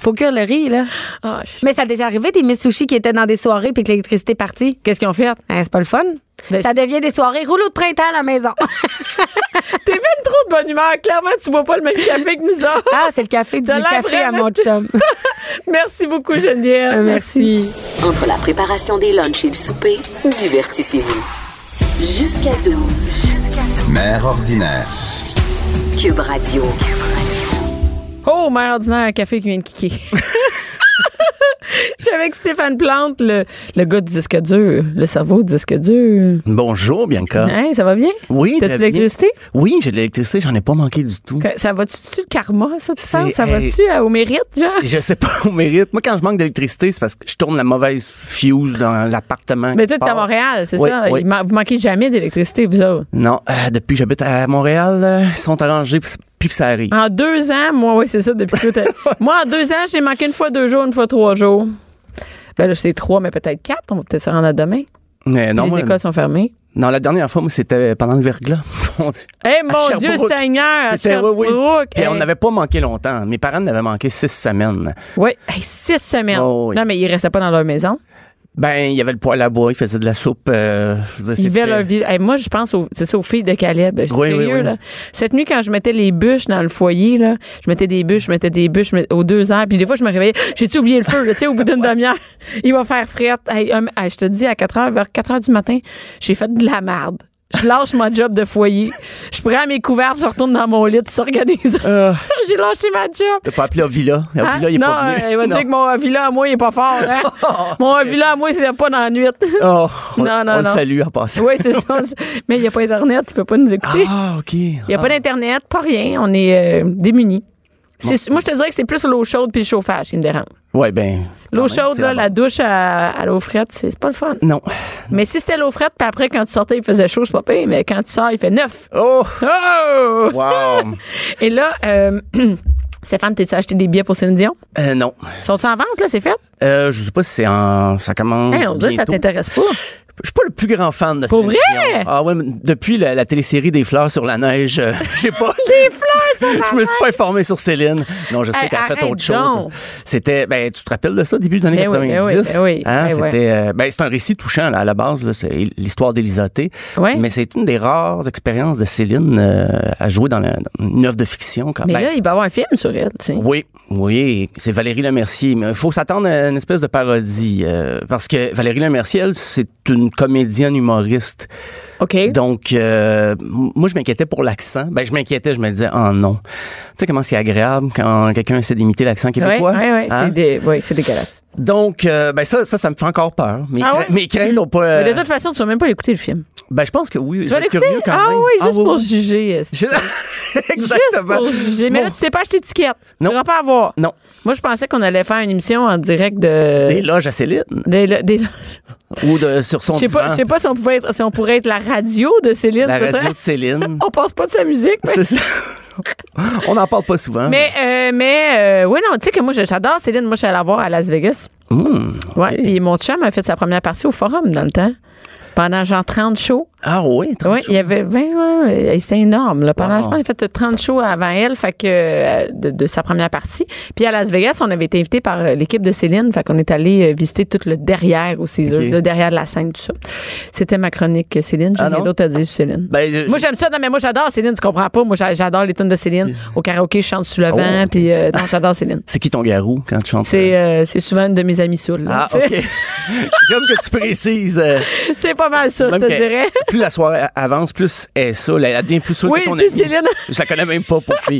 D: Faut cuire le riz, là.
C: Ah, je-
D: Mais ça a déjà arrivé des Miss Sushi qui étaient dans des soirées puis que l'électricité est partie.
C: Qu'est-ce qu'ils ont fait?
D: Hein, c'est pas le fun.
C: Ben,
D: ça devient des soirées rouleaux de printemps à la maison.
C: T'es bien trop de bonne humeur. Clairement, tu bois pas le même café que nous autres.
D: ah, c'est le café du
C: T'as l'air
D: café à
C: vraiment-
D: mon chum.
C: Merci beaucoup, Geneviève.
D: Euh, Merci.
A: Entre la préparation des lunchs et le souper, divertissez-vous. Jusqu'à 12.
B: Mère ordinaire.
A: Cube Radio.
C: Oh, mère ordinaire, un café qui vient de kicker. Je suis avec Stéphane Plante, le, le gars du disque dur, le cerveau du disque dur.
E: Bonjour, Bianca.
C: Hein, ça va bien?
E: Ah. Oui,
C: T'as-tu
E: très
C: de l'électricité?
E: bien. Oui, j'ai de l'électricité, j'en ai pas manqué du tout.
C: Que- Ça va-tu tu le karma, ça, tu
E: C'est-
C: penses? Ça
E: hey.
C: va-tu à- au mérite, genre?
E: Je sais pas au mérite. Moi, quand je manque d'électricité, c'est parce que je tourne la mauvaise fuse dans l'appartement.
C: Mais
E: qui
C: toi, t'es à
E: part.
C: Montréal, c'est
E: Oui,
C: ça?
E: oui.
C: Il man- vous manquez jamais d'électricité, vous autres.
E: Non, euh, depuis que j'habite à Montréal, euh, ils sont arrangés puis c'est- puis que ça arrive.
C: En deux ans, moi, oui, c'est ça, depuis que t'as- Moi, en deux ans, j'ai manqué une fois deux jours, une fois trois jours. Ben là, c'est trois, mais peut-être quatre. On va peut-être se rendre à demain.
E: Mais non,
C: Les
E: moi,
C: écoles sont fermées.
E: non, la dernière fois, moi, c'était pendant le verglas.
C: Eh mon Dieu
E: Sherbrooke.
C: Seigneur! à
E: C'était, oui, oui.
C: Sherbrooke. Eh,
E: Puis on
C: Hey.
E: n'avait pas manqué longtemps. Mes parents n'avaient manqué six semaines.
C: Oui, hey, six semaines.
E: Oh, oui.
C: Non, mais ils restaient pas dans leur maison.
E: Ben, il y avait le poêle à bois, ils faisaient de la soupe. euh, je veux dire,
C: Ils vivaient
E: c'était-
C: leur vie. Hey, moi, je pense aux, c'est ça, aux filles de Caleb. Je suis
E: Oui, oui,
C: sérieux,
E: oui.
C: là. Cette nuit, quand je mettais les bûches dans le foyer, là, je mettais des bûches, je mettais des bûches je mettais- aux deux heures. Puis des fois, je me réveillais, j'ai-tu oublié le feu, là, tu sais, au bout d'une demi-heure. Il va faire frette. Hey, hum, hey, je te dis, à 4 heures, vers 4 heures du matin, j'ai fait de la merde. Je lâche mon job de foyer. Je prends mes couvertes, je retourne dans mon lit, tu s'organises.
E: Euh.
C: j'ai lâché ma job.
E: T'as pas appelé Avila.
C: Hein?
E: Avila, il est
C: non,
E: pas venu.
C: euh, il va
E: Non.
C: dire que mon villa à moi, il est pas fort. hein? mon villa à moi, c'est pas dans la nuit.
E: Oh, on,
C: Non, non,
E: on le
C: non.
E: salue en passant.
C: oui, c'est ça. Mais il n'y a pas Internet, tu peux pas nous écouter.
E: Ah, OK.
C: Il n'y a pas d'Internet, pas rien. On est euh, démunis. C'est- Moi, je te dirais que c'est plus l'eau chaude puis le chauffage qui me dérange.
E: Ouais, ben.
C: L'eau
E: quand même,
C: chaude,
E: c'est
C: là,
E: la
C: la douche à, à l'eau frette, c'est c'est pas le fun.
E: Non.
C: Mais si c'était l'eau frette, puis après, quand tu sortais, il faisait chaud, c'est pas pire. Mais quand tu sors, il fait neuf.
E: Oh!
C: Oh!
E: Wow!
C: Et là, euh, Stéphane, t'as-tu acheté des billets pour Céline Dion?
E: Euh, non.
C: Sont-ils en vente, là, c'est fait?
E: Euh, je sais pas si c'est en. Ça commence.
C: Hey, on dirait que ça
E: bientôt.
C: t'intéresse pas.
E: Je suis pas le plus grand fan de
C: Pour
E: Céline
C: vrai?
E: Dion. Ah ouais, mais depuis la, la télésérie des fleurs sur la neige, euh, j'ai pas.
C: Des fleurs sur la
E: Je me suis pas informé sur Céline. Non, je sais
C: Hey,
E: qu'elle a fait
C: arrête
E: autre chose.
C: donc.
E: C'était, ben, tu te rappelles de ça, début des années
C: Ben oui,
E: 90?
C: ben oui, ben oui,
E: Hein,
C: ben oui.
E: c'était, euh, ben, c'est un récit touchant, là, à la base, là, c'est l'histoire d'Elisa T.
C: Ouais.
E: Mais c'est une des rares expériences de Céline euh, à jouer dans, la- dans une œuvre de fiction, quand
C: Mais
E: même.
C: là, il va y avoir un film sur elle, tu sais.
E: Oui, oui, c'est Valérie Lemercier. Mais il faut s'attendre à une espèce de parodie. euh, parce que Valérie Lemercier, elle, c'est une comédienne humoriste.
C: OK.
E: Donc, euh, m- moi, je m'inquiétais pour l'accent. Ben, je m'inquiétais, je me disais, oh non. Tu sais comment c'est agréable quand quelqu'un essaie d'imiter l'accent
C: Oui,
E: québécois? Hein?
C: c'est des- ouais, c'est dégueulasse.
E: Donc, euh, ben ça, ça, ça me fait encore peur. Mes,
C: Ah
E: cra-
C: ouais?
E: mes craintes n'ont pas... euh,
C: Mais de toute façon, tu vas même pas l'écouter, le film.
E: ben, je pense que oui.
C: Tu vas l'écouter?
E: curieux quand
C: Ah
E: même.
C: oui, juste
E: Ah
C: pour
E: oui.
C: juger. est-ce que-
E: Je-
C: Juste
E: Exactement.
C: pour juger. Mais
E: Bon.
C: là, tu t'es pas acheté d'étiquette. Tu
E: Non.
C: vas pas avoir.
E: Non.
C: Moi, je pensais qu'on allait faire une émission en direct de...
E: Des loges à Céline.
C: des lo- des lo-
E: Ou de, sur son
C: Je sais pas,
E: divan.
C: je sais pas si on, pouvait être, si on pourrait être la radio de Céline.
E: La
C: c'est ça? Ah
E: radio de Céline.
C: On passe pas de sa musique. Mais,
E: C'est ça. On n'en parle pas souvent.
C: mais, euh, mais, euh, oui, non, tu sais que moi, j'adore Céline. Moi, je suis allée la voir à Las Vegas.
E: Hmm.
C: Ouais. Puis mon chum a fait sa première partie au forum dans le temps. Pendant genre 30 shows.
E: Ah oui, très
C: Oui, il y avait 20 ans, euh, c'était énorme. Là. Pendant,
E: Wow.
C: je pense, il a fait 30 shows avant elle, fait que euh, de, de sa première partie. Puis à Las Vegas, on avait été invité par euh, l'équipe de Céline, fait qu'on est allé euh, visiter tout le derrière au Caesars,
E: Ok.
C: le derrière de la scène, tout ça. C'était ma chronique euh, Céline, j'ai
E: Ah
C: rien
E: non?
C: d'autre à dire sur Céline.
E: Ben, je-
C: moi j'aime ça, non mais moi j'adore Céline, tu comprends pas. Moi j'a- j'adore les tunes de Céline. Au karaoké, je chante sous le vent,
E: Ah ok.
C: puis euh, non, j'adore Céline.
E: C'est qui ton garou quand tu chantes?
C: C'est euh, c'est souvent une de mes amies saoules. là,
E: Ah,
C: tu sais.
E: OK. J'aime que tu précises. euh,
C: C'est pas mal ça, je
E: même
C: te
E: que-
C: dirais.
E: Plus la soirée avance, plus elle est saoule. Elle devient plus saoule
C: Oui,
E: que ton
C: c'est
E: amie.
C: Céline.
E: Je la connais même pas pour fille.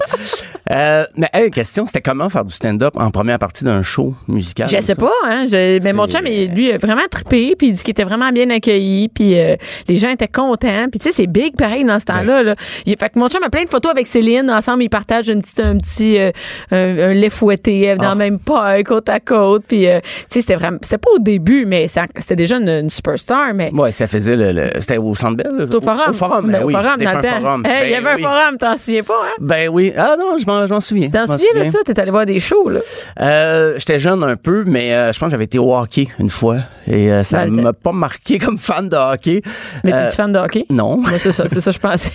E: Euh, mais, hey, question, c'était comment faire du stand-up en première partie d'un show musical?
C: Je sais
E: Ah, ça?
C: pas, hein. je- mais mon
E: C'est-
C: chum, il- lui, a vraiment trippé, puis il dit qu'il était vraiment bien accueilli, puis euh, les gens étaient contents. Puis tu sais, c'est big pareil dans ce
E: Ben.
C: temps-là. Là. Il- fait que mon chum a plein de photos avec Céline. Ensemble, ils partagent une petite, un petit euh, un, un lait fouetté euh,
E: Ah.
C: dans le même paille, côte à côte. Puis euh, tu sais, c'était vraiment, c'était pas au début, mais ça- c'était déjà une, une superstar, mais.
E: Ouais, ça faisait le. le- c'était au Centre Bell? là?
C: C'était au forum.
E: Au forum,
C: Ben,
E: ben
C: au
E: oui.
C: forum
E: Des
C: dans le
E: fins
C: temps.
E: forum.
C: Hey, il y
E: Ben
C: avait
E: oui.
C: un forum, t'en souviens pas, hein?
E: Ben oui. Ah non, je m'en, je m'en souviens.
C: T'en
E: Je m'en
C: souviens de ça? T'es allé voir des shows, là.
E: Euh, J'étais jeune un peu, mais euh, je pense que j'avais été au hockey une fois. Et euh, ça
C: Dans le
E: m'a pas marqué comme fan de hockey.
C: Mais
E: Euh,
C: t'es-tu fan de hockey?
E: non.
C: Moi, c'est ça, c'est ça, je pensais.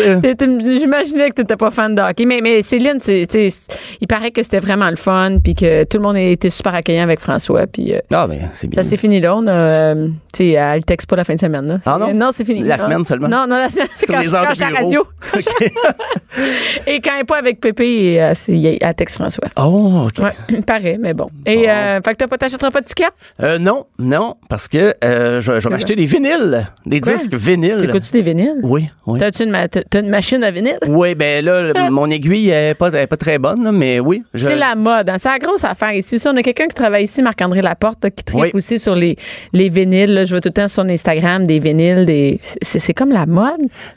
C: T'es- t'es- J'imaginais que t'étais pas fan de hockey. Mais, mais Céline, c'est, tu sais, c'est- il paraît que c'était vraiment le fun, puis que tout le monde était super accueillant avec François, puis euh,
E: Ah, ben, c'est bien.
C: ça c'est fini là. On a, euh, tu sais, elle texte pas la fin de semaine là.
E: Ah non?
C: Non, c'est fini.
E: La
C: Non.
E: semaine seulement?
C: Non, non, la semaine. C'est
E: Sur
C: quand,
E: les heures
C: quand
E: de
C: je suis à la
E: bureau.
C: radio.
E: OK.
C: Et quand elle est pas avec Pépé, euh, c'est- elle, texte François.
E: Oh, OK.
C: Ouais, pareil, mais bon. Et
E: Bon.
C: euh, fait que t'as pas t'achèteras pas de ticket?
E: Euh, non, non, parce que euh, je, je vais m'acheter des vinyles, des
C: Quoi?
E: disques vinyles.
C: T'écoutes-tu des vinyles?
E: Oui, oui.
C: T'as- t'as-tu une, ma- t'as- t'as une machine à vinyle?
E: Oui, ben là, le- mon aiguille est pas, elle est pas très bonne, là, mais oui. je-
C: C'est la mode. hein. C'est la grosse affaire ici. Si on a quelqu'un qui travaille ici, Marc-André Laporte, là, qui tripe
E: Oui.
C: aussi sur les, les vinyles. là. Je vois tout le temps sur Instagram des vinyles. Des... C'est c'est comme la mode.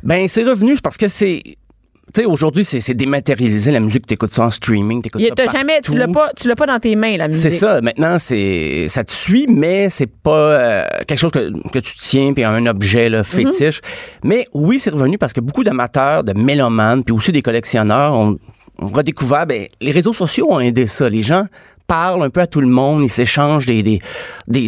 E: Ben, c'est revenu parce que c'est. Tu sais, aujourd'hui, c'est c'est dématérialisé. La musique, t'écoutes ça en streaming, t'écoutes
C: Il-
E: ça
C: t'as
E: partout.
C: jamais, tu l'as pas, tu l'as pas dans tes mains, la musique.
E: C'est ça. Maintenant, c'est ça te suit, mais c'est pas euh, quelque chose que, que tu tiens puis un objet là,
C: Mm-hmm.
E: fétiche. Mais oui, c'est revenu parce que beaucoup d'amateurs, de mélomanes, puis aussi des collectionneurs ont, ont redécouvert. Ben, les réseaux sociaux ont aidé ça. Les gens parlent un peu à tout le monde, ils s'échangent des des des,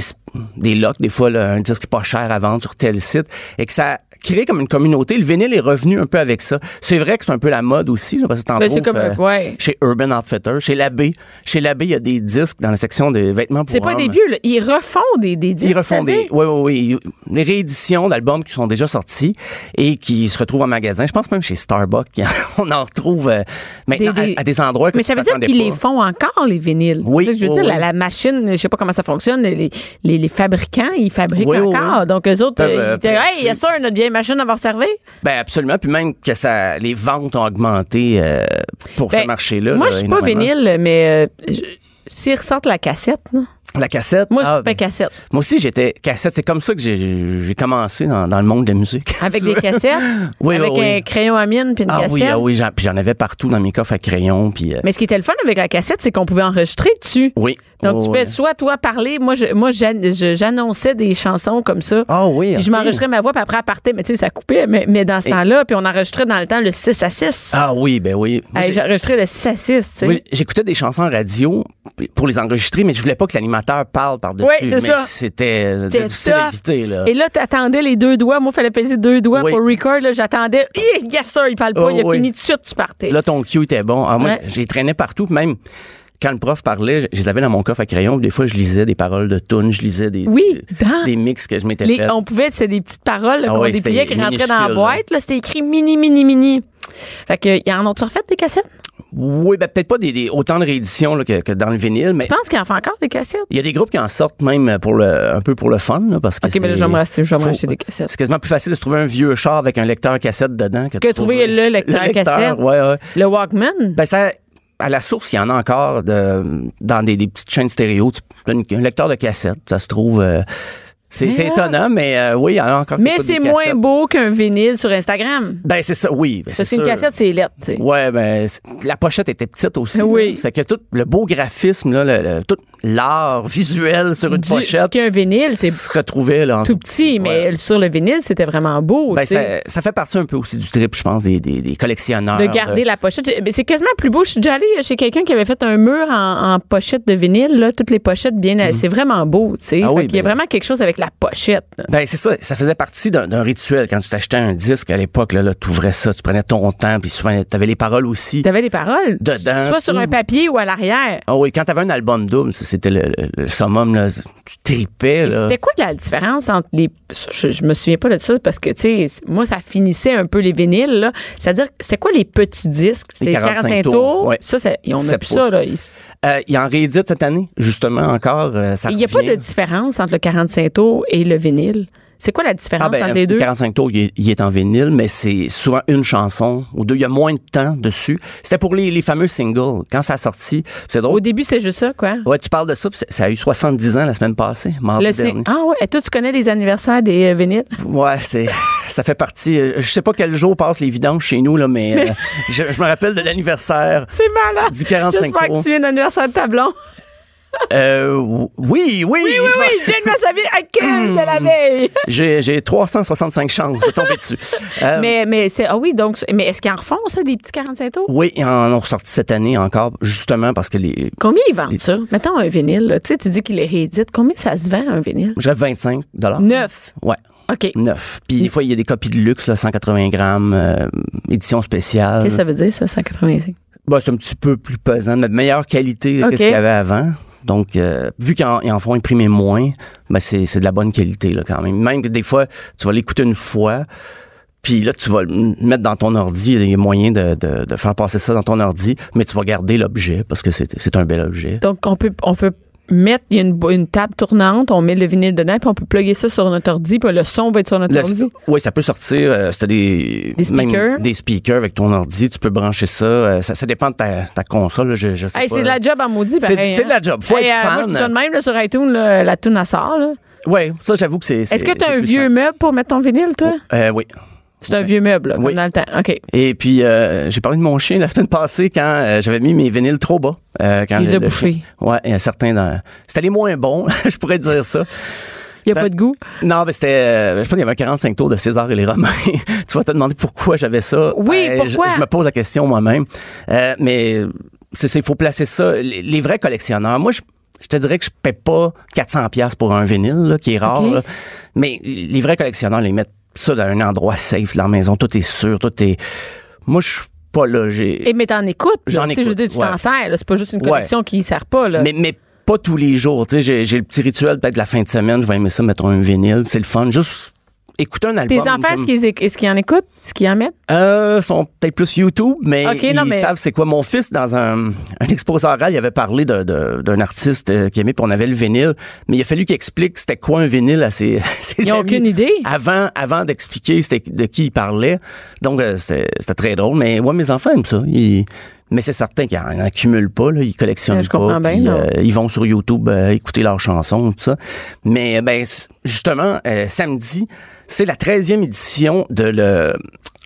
E: des locks, des fois là, un disque pas cher à vendre sur tel site, et que ça crée comme une communauté. Le vinyle est revenu un peu avec ça. C'est vrai que c'est un peu la mode aussi, là, parce que t'en
C: Ben, c'est
E: trouves,
C: comme- ouais.
E: chez Urban Outfitters, chez l'abbé. Chez l'abbé, il y a des disques dans la section des vêtements pour
C: C'est pas des
E: hommes.
C: vieux, là. Ils refont des, des disques.
E: Ils refont des,
C: c'est-à-dire?
E: oui, oui, oui, les rééditions d'albums qui sont déjà sortis et qui se retrouvent en magasin. Je pense même chez Starbucks, on en retrouve euh, maintenant
C: Des- des-
E: À, à des endroits que
C: Mais
E: tu
C: ça veut dire
E: t'attendais
C: qu'ils
E: pas.
C: les font encore, les vinyles.
E: Oui,
C: C'est ça que je veux
E: oui,
C: dire, la,
E: oui.
C: la machine, je sais pas comment ça fonctionne, les, les, les fabricants, ils fabriquent
E: Oui, oui,
C: encore.
E: oui.
C: Donc, eux autres,
E: Peuvent,
C: euh,
E: euh,
C: ils disent, hey,
E: presser.
C: il y a ça, notre vieille machine à avoir servi.
E: Ben absolument. Puis même que ça, les ventes ont augmenté euh, pour
C: Ben,
E: ce marché-là.
C: Moi,
E: là,
C: je suis pas
E: énormément.
C: vinyle, mais euh, je- s'ils ressortent la cassette, non?
E: La cassette.
C: Moi, je
E: ah,
C: suis pas
E: ben,
C: cassette.
E: moi aussi, j'étais cassette. C'est comme ça que j'ai j'ai commencé dans, dans le monde de la musique.
C: Avec
E: Tu
C: des
E: vois?
C: cassettes,
E: Oui,
C: avec
E: oui, oui.
C: un crayon à mine puis une
E: Ah
C: cassette.
E: oui, ah oui, j'en- puis j'en avais partout dans mes coffres à crayons. Puis, euh,
C: Mais ce qui était le fun avec la cassette, c'est qu'on pouvait enregistrer dessus.
E: Oui.
C: Donc,
E: Oh,
C: tu
E: ouais.
C: peux soit toi parler, moi, je, moi j'an- je- j'annonçais des chansons comme ça.
E: Ah oui,
C: Puis je
E: ok.
C: m'enregistrais ma voix, puis après, elle partait, mais tu sais, ça coupait. Mais, mais dans ce temps-là, puis on enregistrait dans le temps le 6 à 6.
E: Ah oui, ben oui. Moi, j'ai-
C: J'enregistrais le 6 à 6, tu sais.
E: oui, J'écoutais des chansons en radio pour les enregistrer, mais je voulais pas que l'animateur parle par-dessus.
C: Oui, c'est
E: mais
C: ça.
E: C'était
C: C'était
E: difficile
C: tough.
E: à éviter, là.
C: Et là, t'attendais les deux doigts. Moi, il fallait peser deux doigts
E: Oui.
C: pour record. là. J'attendais. Hi, Yes, sir, il parle pas.
E: Oh,
C: il a
E: oui.
C: fini tout de suite, tu partais.
E: Là, ton cue était bon. Alors, moi,
C: Ouais.
E: j'ai traîné partout, puis même quand le prof parlait, je, je les avais dans mon coffre à crayon. puis Des fois, je lisais des paroles de tunes, je lisais des,
C: Oui,
E: des,
C: dans-
E: des mix que je m'étais
C: Les-
E: fait.
C: on pouvait, c'est des petites paroles là,
E: Ah
C: qu'on
E: oui,
C: dépliait, qui
E: c'était
C: rentraient dans la
E: minuscule,
C: boîte. Là, c'était écrit mini, mini, mini. Fait que, y en ont-tu refait des cassettes?
E: Oui, ben peut-être pas des, des- autant de rééditions là, que, que dans le vinyle, mais
C: Je pense qu'il en fait encore des cassettes.
E: il y a des groupes qui en sortent même pour le, un peu pour le fun, là, parce que
C: OK, mais là,
E: c'est-
C: je vais me racheter- je vais me
E: faut-
C: racheter des cassettes.
E: C'est quasiment plus facile de se trouver un vieux char avec un lecteur cassette dedans que,
C: Que trouver le lecteur cassette.
E: Ouais, ouais.
C: Le Walkman?
E: Ben ça, à la source, il y en a encore de, dans des, des petites chaînes stéréo. Tu, une- un lecteur de cassette, ça se trouve. euh, c'est c'est
C: Mais,
E: étonnant, mais euh, oui, il y en a encore. qui
C: mais
E: écoutent des
C: c'est moins
E: cassettes.
C: beau qu'un vinyle sur Instagram.
E: Ben c'est ça, oui. Ben,
C: Parce qu'une
E: sûr.
C: cassette, c'est lettre, tu sais.
E: Ouais, ben c'est- la pochette était petite aussi.
C: Oui.
E: là. C'est que tout le beau graphisme là, le- le- tout l'art visuel sur une
C: Du- Ce
E: pochette
C: qu'un vinyle, c'est
E: se retrouvait là. en-
C: tout petit, mais
E: Ouais.
C: sur le vinyle, c'était vraiment beau.
E: Ben,
C: tu sais.
E: ça, ça fait partie un peu aussi du trip, je pense, des, des, des collectionneurs. euh,
C: de garder la pochette. J'ai- ben, C'est quasiment plus beau. Je suis déjà allée euh, chez quelqu'un qui avait fait un mur en, en pochette de vinyle. Là, toutes les pochettes bien... euh, C'est vraiment beau, tu sais.
E: Mm-hmm. Ah
C: Fait
E: oui,
C: qu'il y a
E: ben-
C: vraiment quelque chose avec la pochette. là.
E: Ben c'est ça, ça faisait partie d'un d'un rituel quand tu t'achetais un disque à l'époque là, là tu ouvrais ça, tu prenais ton temps puis souvent t'avais les paroles aussi.
C: T'avais les paroles.
E: Dedans, mm.
C: Soit sur
E: tout.
C: un papier ou à l'arrière.
E: Ah oui, quand t'avais un album double, ça, c'était le, le- le summum là, tu tripais
C: Et
E: là.
C: C'était quoi la différence entre les. Je, je me souviens pas de ça parce que, tu sais, moi, ça finissait un peu les vinyles, là. C'est-à-dire, c'était quoi les petits disques? C'était
E: Les 45 tours, ouais.
C: Ça, c'est- on a
E: Sept
C: plus
E: pouces.
C: ça, là. Il
E: Euh, il en réédite cette année justement encore euh, ça
C: il y a pas
E: revient.
C: de différence entre le 45 tours et le vinyle. C'est quoi la différence
E: ah ben,
C: entre les deux?
E: 45 tours, il est, il est en vinyle, mais c'est souvent une chanson ou deux. Il y a moins de temps dessus. C'était pour les, les fameux singles. Quand ça a sorti, c'est
C: Au
E: drôle.
C: début, c'est juste ça, quoi.
E: Ouais, tu parles de ça, puis ça- ça a eu 70 ans la semaine passée, mardi
C: Le
E: dernier.
C: sing- ah ouais, Et toi tu connais les anniversaires des euh, vinyles.
E: Ouais, c'est ça fait partie. euh, Je sais pas quel jour passent les vidanges chez nous là, mais euh, je, je me rappelle de l'anniversaire.
C: C'est malade.
E: Du 45
C: J'espère que
E: tours.
C: tu es un anniversaire de tablon.
E: Euh, oui, oui, oui.
C: Oui, oui, oui, j'ai une sa vie à 15 de la veille.
E: J'ai j'ai 365 chances de tomber dessus. Euh,
C: Mais mais c'est ah oui, donc mais est-ce qu'ils en refont ça des petits 45 tours
E: Oui, ils en ont ressorti cette année encore, justement parce que les
C: Combien ils vendent ça? Mettons un vinyle, là. tu sais, tu dis qu'il est réédite. Combien ça se vend un vinyle?
E: j'avais 25 dollars.
C: Neuf.
E: Ouais.
C: OK. Qu'est-ce
E: 9. Puis des fois, il y a des copies de luxe, là, 180 grammes, euh, édition spéciale.
C: que ça veut dire, ça, 185?
E: Bah, c'est un petit peu plus pesant, mais de meilleure qualité
C: Ok.
E: que ce qu'il y avait avant. Donc, euh, vu qu'ils en, ils en font imprimer moins, ben c'est, c'est de la bonne qualité là, quand même. Même que des fois, tu vas l'écouter une fois, puis là, tu vas le m- mettre dans ton ordi. Il y a moyen de, de- de faire passer ça dans ton ordi, mais tu vas garder l'objet parce que c'est, c'est un bel objet.
C: Donc, on peut, on peut mettre, il y a une, bo- une table tournante, on met le vinyle dedans, puis on peut plugger ça sur notre ordi, puis le son va être sur notre
E: Le-
C: ordi.
E: oui, ça peut sortir. euh, si t'as des,
C: Des
E: même
C: speakers.
E: des speakers avec ton ordi, tu peux brancher ça. euh, ça, ça dépend de ta, ta console. là, je, je sais
C: Hey,
E: pas.
C: c'est de la job à maudit,
E: C'est-
C: pareil.
E: c'est
C: hein.
E: de la job. Faut être
C: euh, Moi, je
E: fan.
C: dis ça de même, là, sur iTunes, là, la tune à sort, là.
E: Oui, ça, j'avoue que c'est. c'est-
C: Est-ce que t'as
E: c'est
C: un
E: plus
C: vieux
E: simple.
C: meuble pour mettre ton vinyle, toi?
E: Euh, oui.
C: C'est un vieux meuble, là, comme
E: Oui.
C: dans le temps. OK.
E: Et puis, euh, j'ai parlé de mon chien la semaine passée quand euh, j'avais mis mes vinyles trop bas. Euh, quand
C: Il les
E: le-
C: a
E: le
C: bouffés.
E: chien- Ouais, il y a certains dans. C'était les moins bons, je pourrais dire ça.
C: Il n'y a
E: Ça-
C: pas de goût.
E: Non, mais c'était. euh, je pense qu'il y avait un 45 tours de César et les Romains. tu vas te demander pourquoi j'avais ça.
C: Oui,
E: Ben, je-
C: pourquoi?
E: Je, me pose la question moi-même. Euh, mais c'est ça, il faut placer ça. Les, les vrais collectionneurs, moi, je, je te dirais que je paie pas 400$ piastres pour un vinyle, là, qui est rare.
C: Ok.
E: là. Mais les vrais collectionneurs, les mettent ça dans un endroit safe, dans la maison. Tout est sûr, tout est. Moi, je suis pas là. J'ai...
C: Et Eh, ben mais t'en écoutes. là.
E: J'en
C: Tu sais, Je veux
E: écoute,
C: dire, tu t'en
E: ouais.
C: sers. là. C'est pas juste une
E: Ouais.
C: collection qui ne sert pas. Là.
E: Mais, mais pas tous les jours. Tu sais, j'ai, j'ai le petit rituel peut-être la fin de semaine. Je vais aimer ça, mettre un vinyle. C'est le fun. Juste écouter un album.
C: Tes enfants,
E: j'aime-
C: est-ce qu'ils, éc- est-ce qu'ils en écoutent? Est-ce qu'ils en mettent?
E: Euh, sont peut-être plus YouTube, mais
C: Ok,
E: ils
C: non, mais-
E: savent c'est quoi. Mon fils, dans un, un exposé oral, il avait parlé de- de- d'un artiste euh, qu'il aimait, puis on avait le vinyle, mais il a fallu qu'il explique c'était quoi un vinyle à ses, ses
C: Ils ont
E: amis
C: aucune idée.
E: Avant, avant d'expliquer c'était de qui il parlait. Donc, euh, c'était c'était très drôle, mais ouais, mes enfants aiment ça. Ils- mais c'est certain qu'ils n'en accumulent pas, là, ils collectionnent
C: Ouais, je
E: pas.
C: comprends bien,
E: puis, euh,
C: non.
E: ils vont sur YouTube euh, écouter leurs chansons, tout ça. Mais euh, ben c- justement, euh, samedi, c'est la 13e édition de le,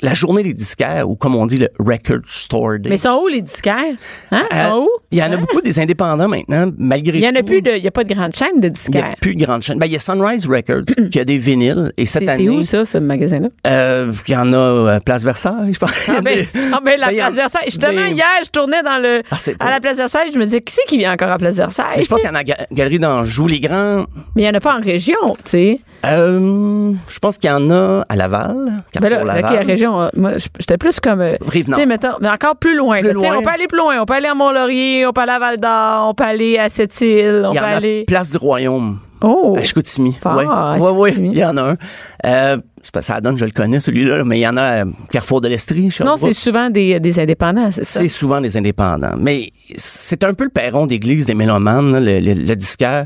E: la journée des disquaires, ou comme on dit, le Record Store Day.
C: Mais sont où les disquaires? Hein?
E: Euh,
C: sont où?
E: Il y en a beaucoup des indépendants maintenant, malgré
C: Il n'y en a
E: tout.
C: plus de. Il n'y a pas de grande chaîne de
E: Il y a
C: disquaires. Mm.
E: plus de grandes chaînes. Ben, il y a Sunrise Records qui a des vinyles. Et cette
C: C'est,
E: année,
C: c'est où ça, ce magasin-là?
E: euh, il y en a euh, Place Versailles, je pense.
C: Ah ben, ah ben, la
E: Ben, il y en-
C: place Versailles. Justement,
E: des-
C: hier, je tournais dans le,
E: Ah, c'est
C: à la
E: pas-
C: place Versailles. Je me disais, qui c'est qui vient encore à place Versailles?
E: Mais ben, je pense qu'il y en a à Ga- Galerie d'Anjou, les grands.
C: Mais il n'y en a pas en région, tu sais.
E: Euh, je pense qu'il y en a à Laval.
C: Ben là,
E: Carrefour
C: ok,
E: Laval.
C: la région, euh, moi, j- j'étais plus comme. euh,
E: Rive-Nord.
C: tu sais, mettons, mais encore plus loin.
E: Plus
C: là, tu sais,
E: loin.
C: On peut aller plus loin. On peut aller à Mont-Laurier, on peut aller à Val-d'Or, on peut aller à Sept-Îles, on
E: Il y
C: peut
E: en a
C: aller.
E: Place du Royaume.
C: Oh!
E: À Chicoutimi.
C: Fort,
E: ouais.
C: à
E: ouais, ouais,
C: Chicoutimi.
E: il y en a un. Euh, c'est pas- ça donne, je le connais, celui-là, mais il y en a à Carrefour de l'Estrie.
C: Non,
E: Sherbrooke.
C: c'est souvent des, euh, des indépendants, c'est ça?
E: C'est souvent des indépendants. Mais c'est un peu le perron d'église des mélomanes, là, le, le- le disquaire.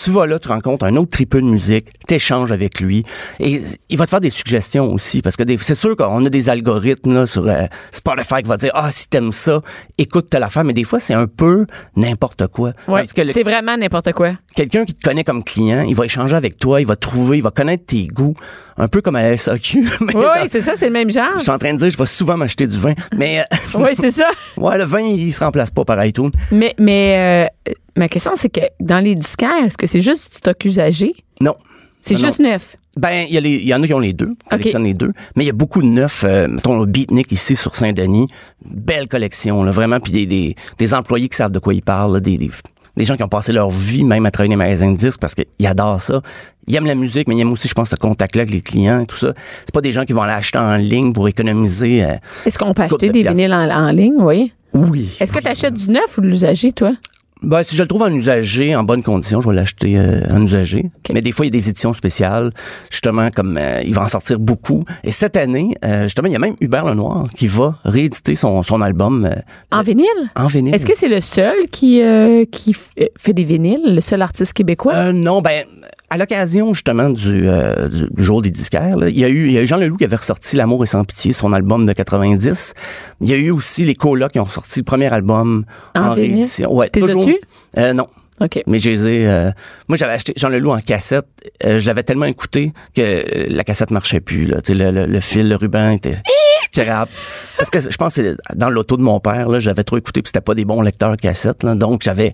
E: Tu vas là, tu rencontres un autre tripeux de musique, t'échanges avec lui et il va te faire des suggestions aussi parce que des- c'est sûr qu'on a des algorithmes là, sur euh, Spotify qui va te dire ah si t'aimes ça, écoute telle affaire mais des fois c'est un peu n'importe quoi.
C: Ouais,
E: Tandis que le-
C: C'est vraiment n'importe quoi.
E: quelqu'un qui te connaît comme client, il va échanger avec toi, il va te trouver, il va connaître tes goûts, un peu comme à la SAQ. mais
C: Oui,
E: genre,
C: c'est ça, c'est le même genre.
E: je suis en train de dire je vais souvent m'acheter du vin, mais euh,
C: Oui, c'est ça.
E: Ouais, le vin, il se remplace pas par iTunes.
C: Mais, mais euh, ma question, c'est que dans les disquaires, est-ce que c'est juste du stock usagé?
E: Non.
C: C'est
E: Non,
C: juste
E: non.
C: neuf.
E: Ben, il y, a les- il y en a qui ont les deux, qui
C: Ok.
E: collectionnent les deux. Mais il y a beaucoup de neufs. euh, mettons, le Beatnik ici sur Saint-Denis. Belle collection, là, vraiment. Puis des, des, des employés qui savent de quoi ils parlent, là, des, des, des gens qui ont passé leur vie même à travailler dans les magasins de disques parce qu'ils adorent ça. Ils aiment la musique, mais ils aiment aussi, je pense, ce contact-là avec les clients et tout ça. C'est pas des gens qui vont l'acheter en ligne pour économiser. euh,
C: Est-ce qu'on peut
E: Coupe
C: acheter
E: de
C: des
E: piastres.
C: vinyles en, en ligne, oui?
E: Oui.
C: Est-ce que tu achètes du neuf ou de l'usagé, toi?
E: Ben, si je le trouve en usagé, en bonne condition, je vais l'acheter euh, en usagé. Mais des fois, il y a des éditions spéciales, justement, comme euh, il va en sortir beaucoup. Et cette année, euh, justement, il y a même Hubert Lenoir qui va rééditer son, son album euh,
C: En vinyle?
E: en vinyle.
C: Est-ce que c'est le seul qui, euh, qui f- euh, fait des vinyles, le seul artiste québécois?
E: Euh, non, ben, à l'occasion justement du, euh, du du jour des disquaires, là, il y a eu, il y a eu Jean Leloup qui avait ressorti L'amour et sans pitié, son album de 90. Il y a eu aussi les Colas qui ont sorti le premier album
C: En
E: en,
C: vinyle?
E: réédition. Ouais,
C: T'es
E: toujours.
C: as-tu?
E: Euh, non.
C: OK.
E: Mais je les ai, euh, moi, j'avais acheté Jean Leloup en cassette. Euh, je l'avais tellement écouté que euh, la cassette marchait plus. Là. Tu sais, Le, le, le fil, le ruban était scrap. Parce que je pense que c'est dans l'auto de mon père, là, je l'avais trop écouté puis c'était pas des bons lecteurs cassette. Là. Donc, j'avais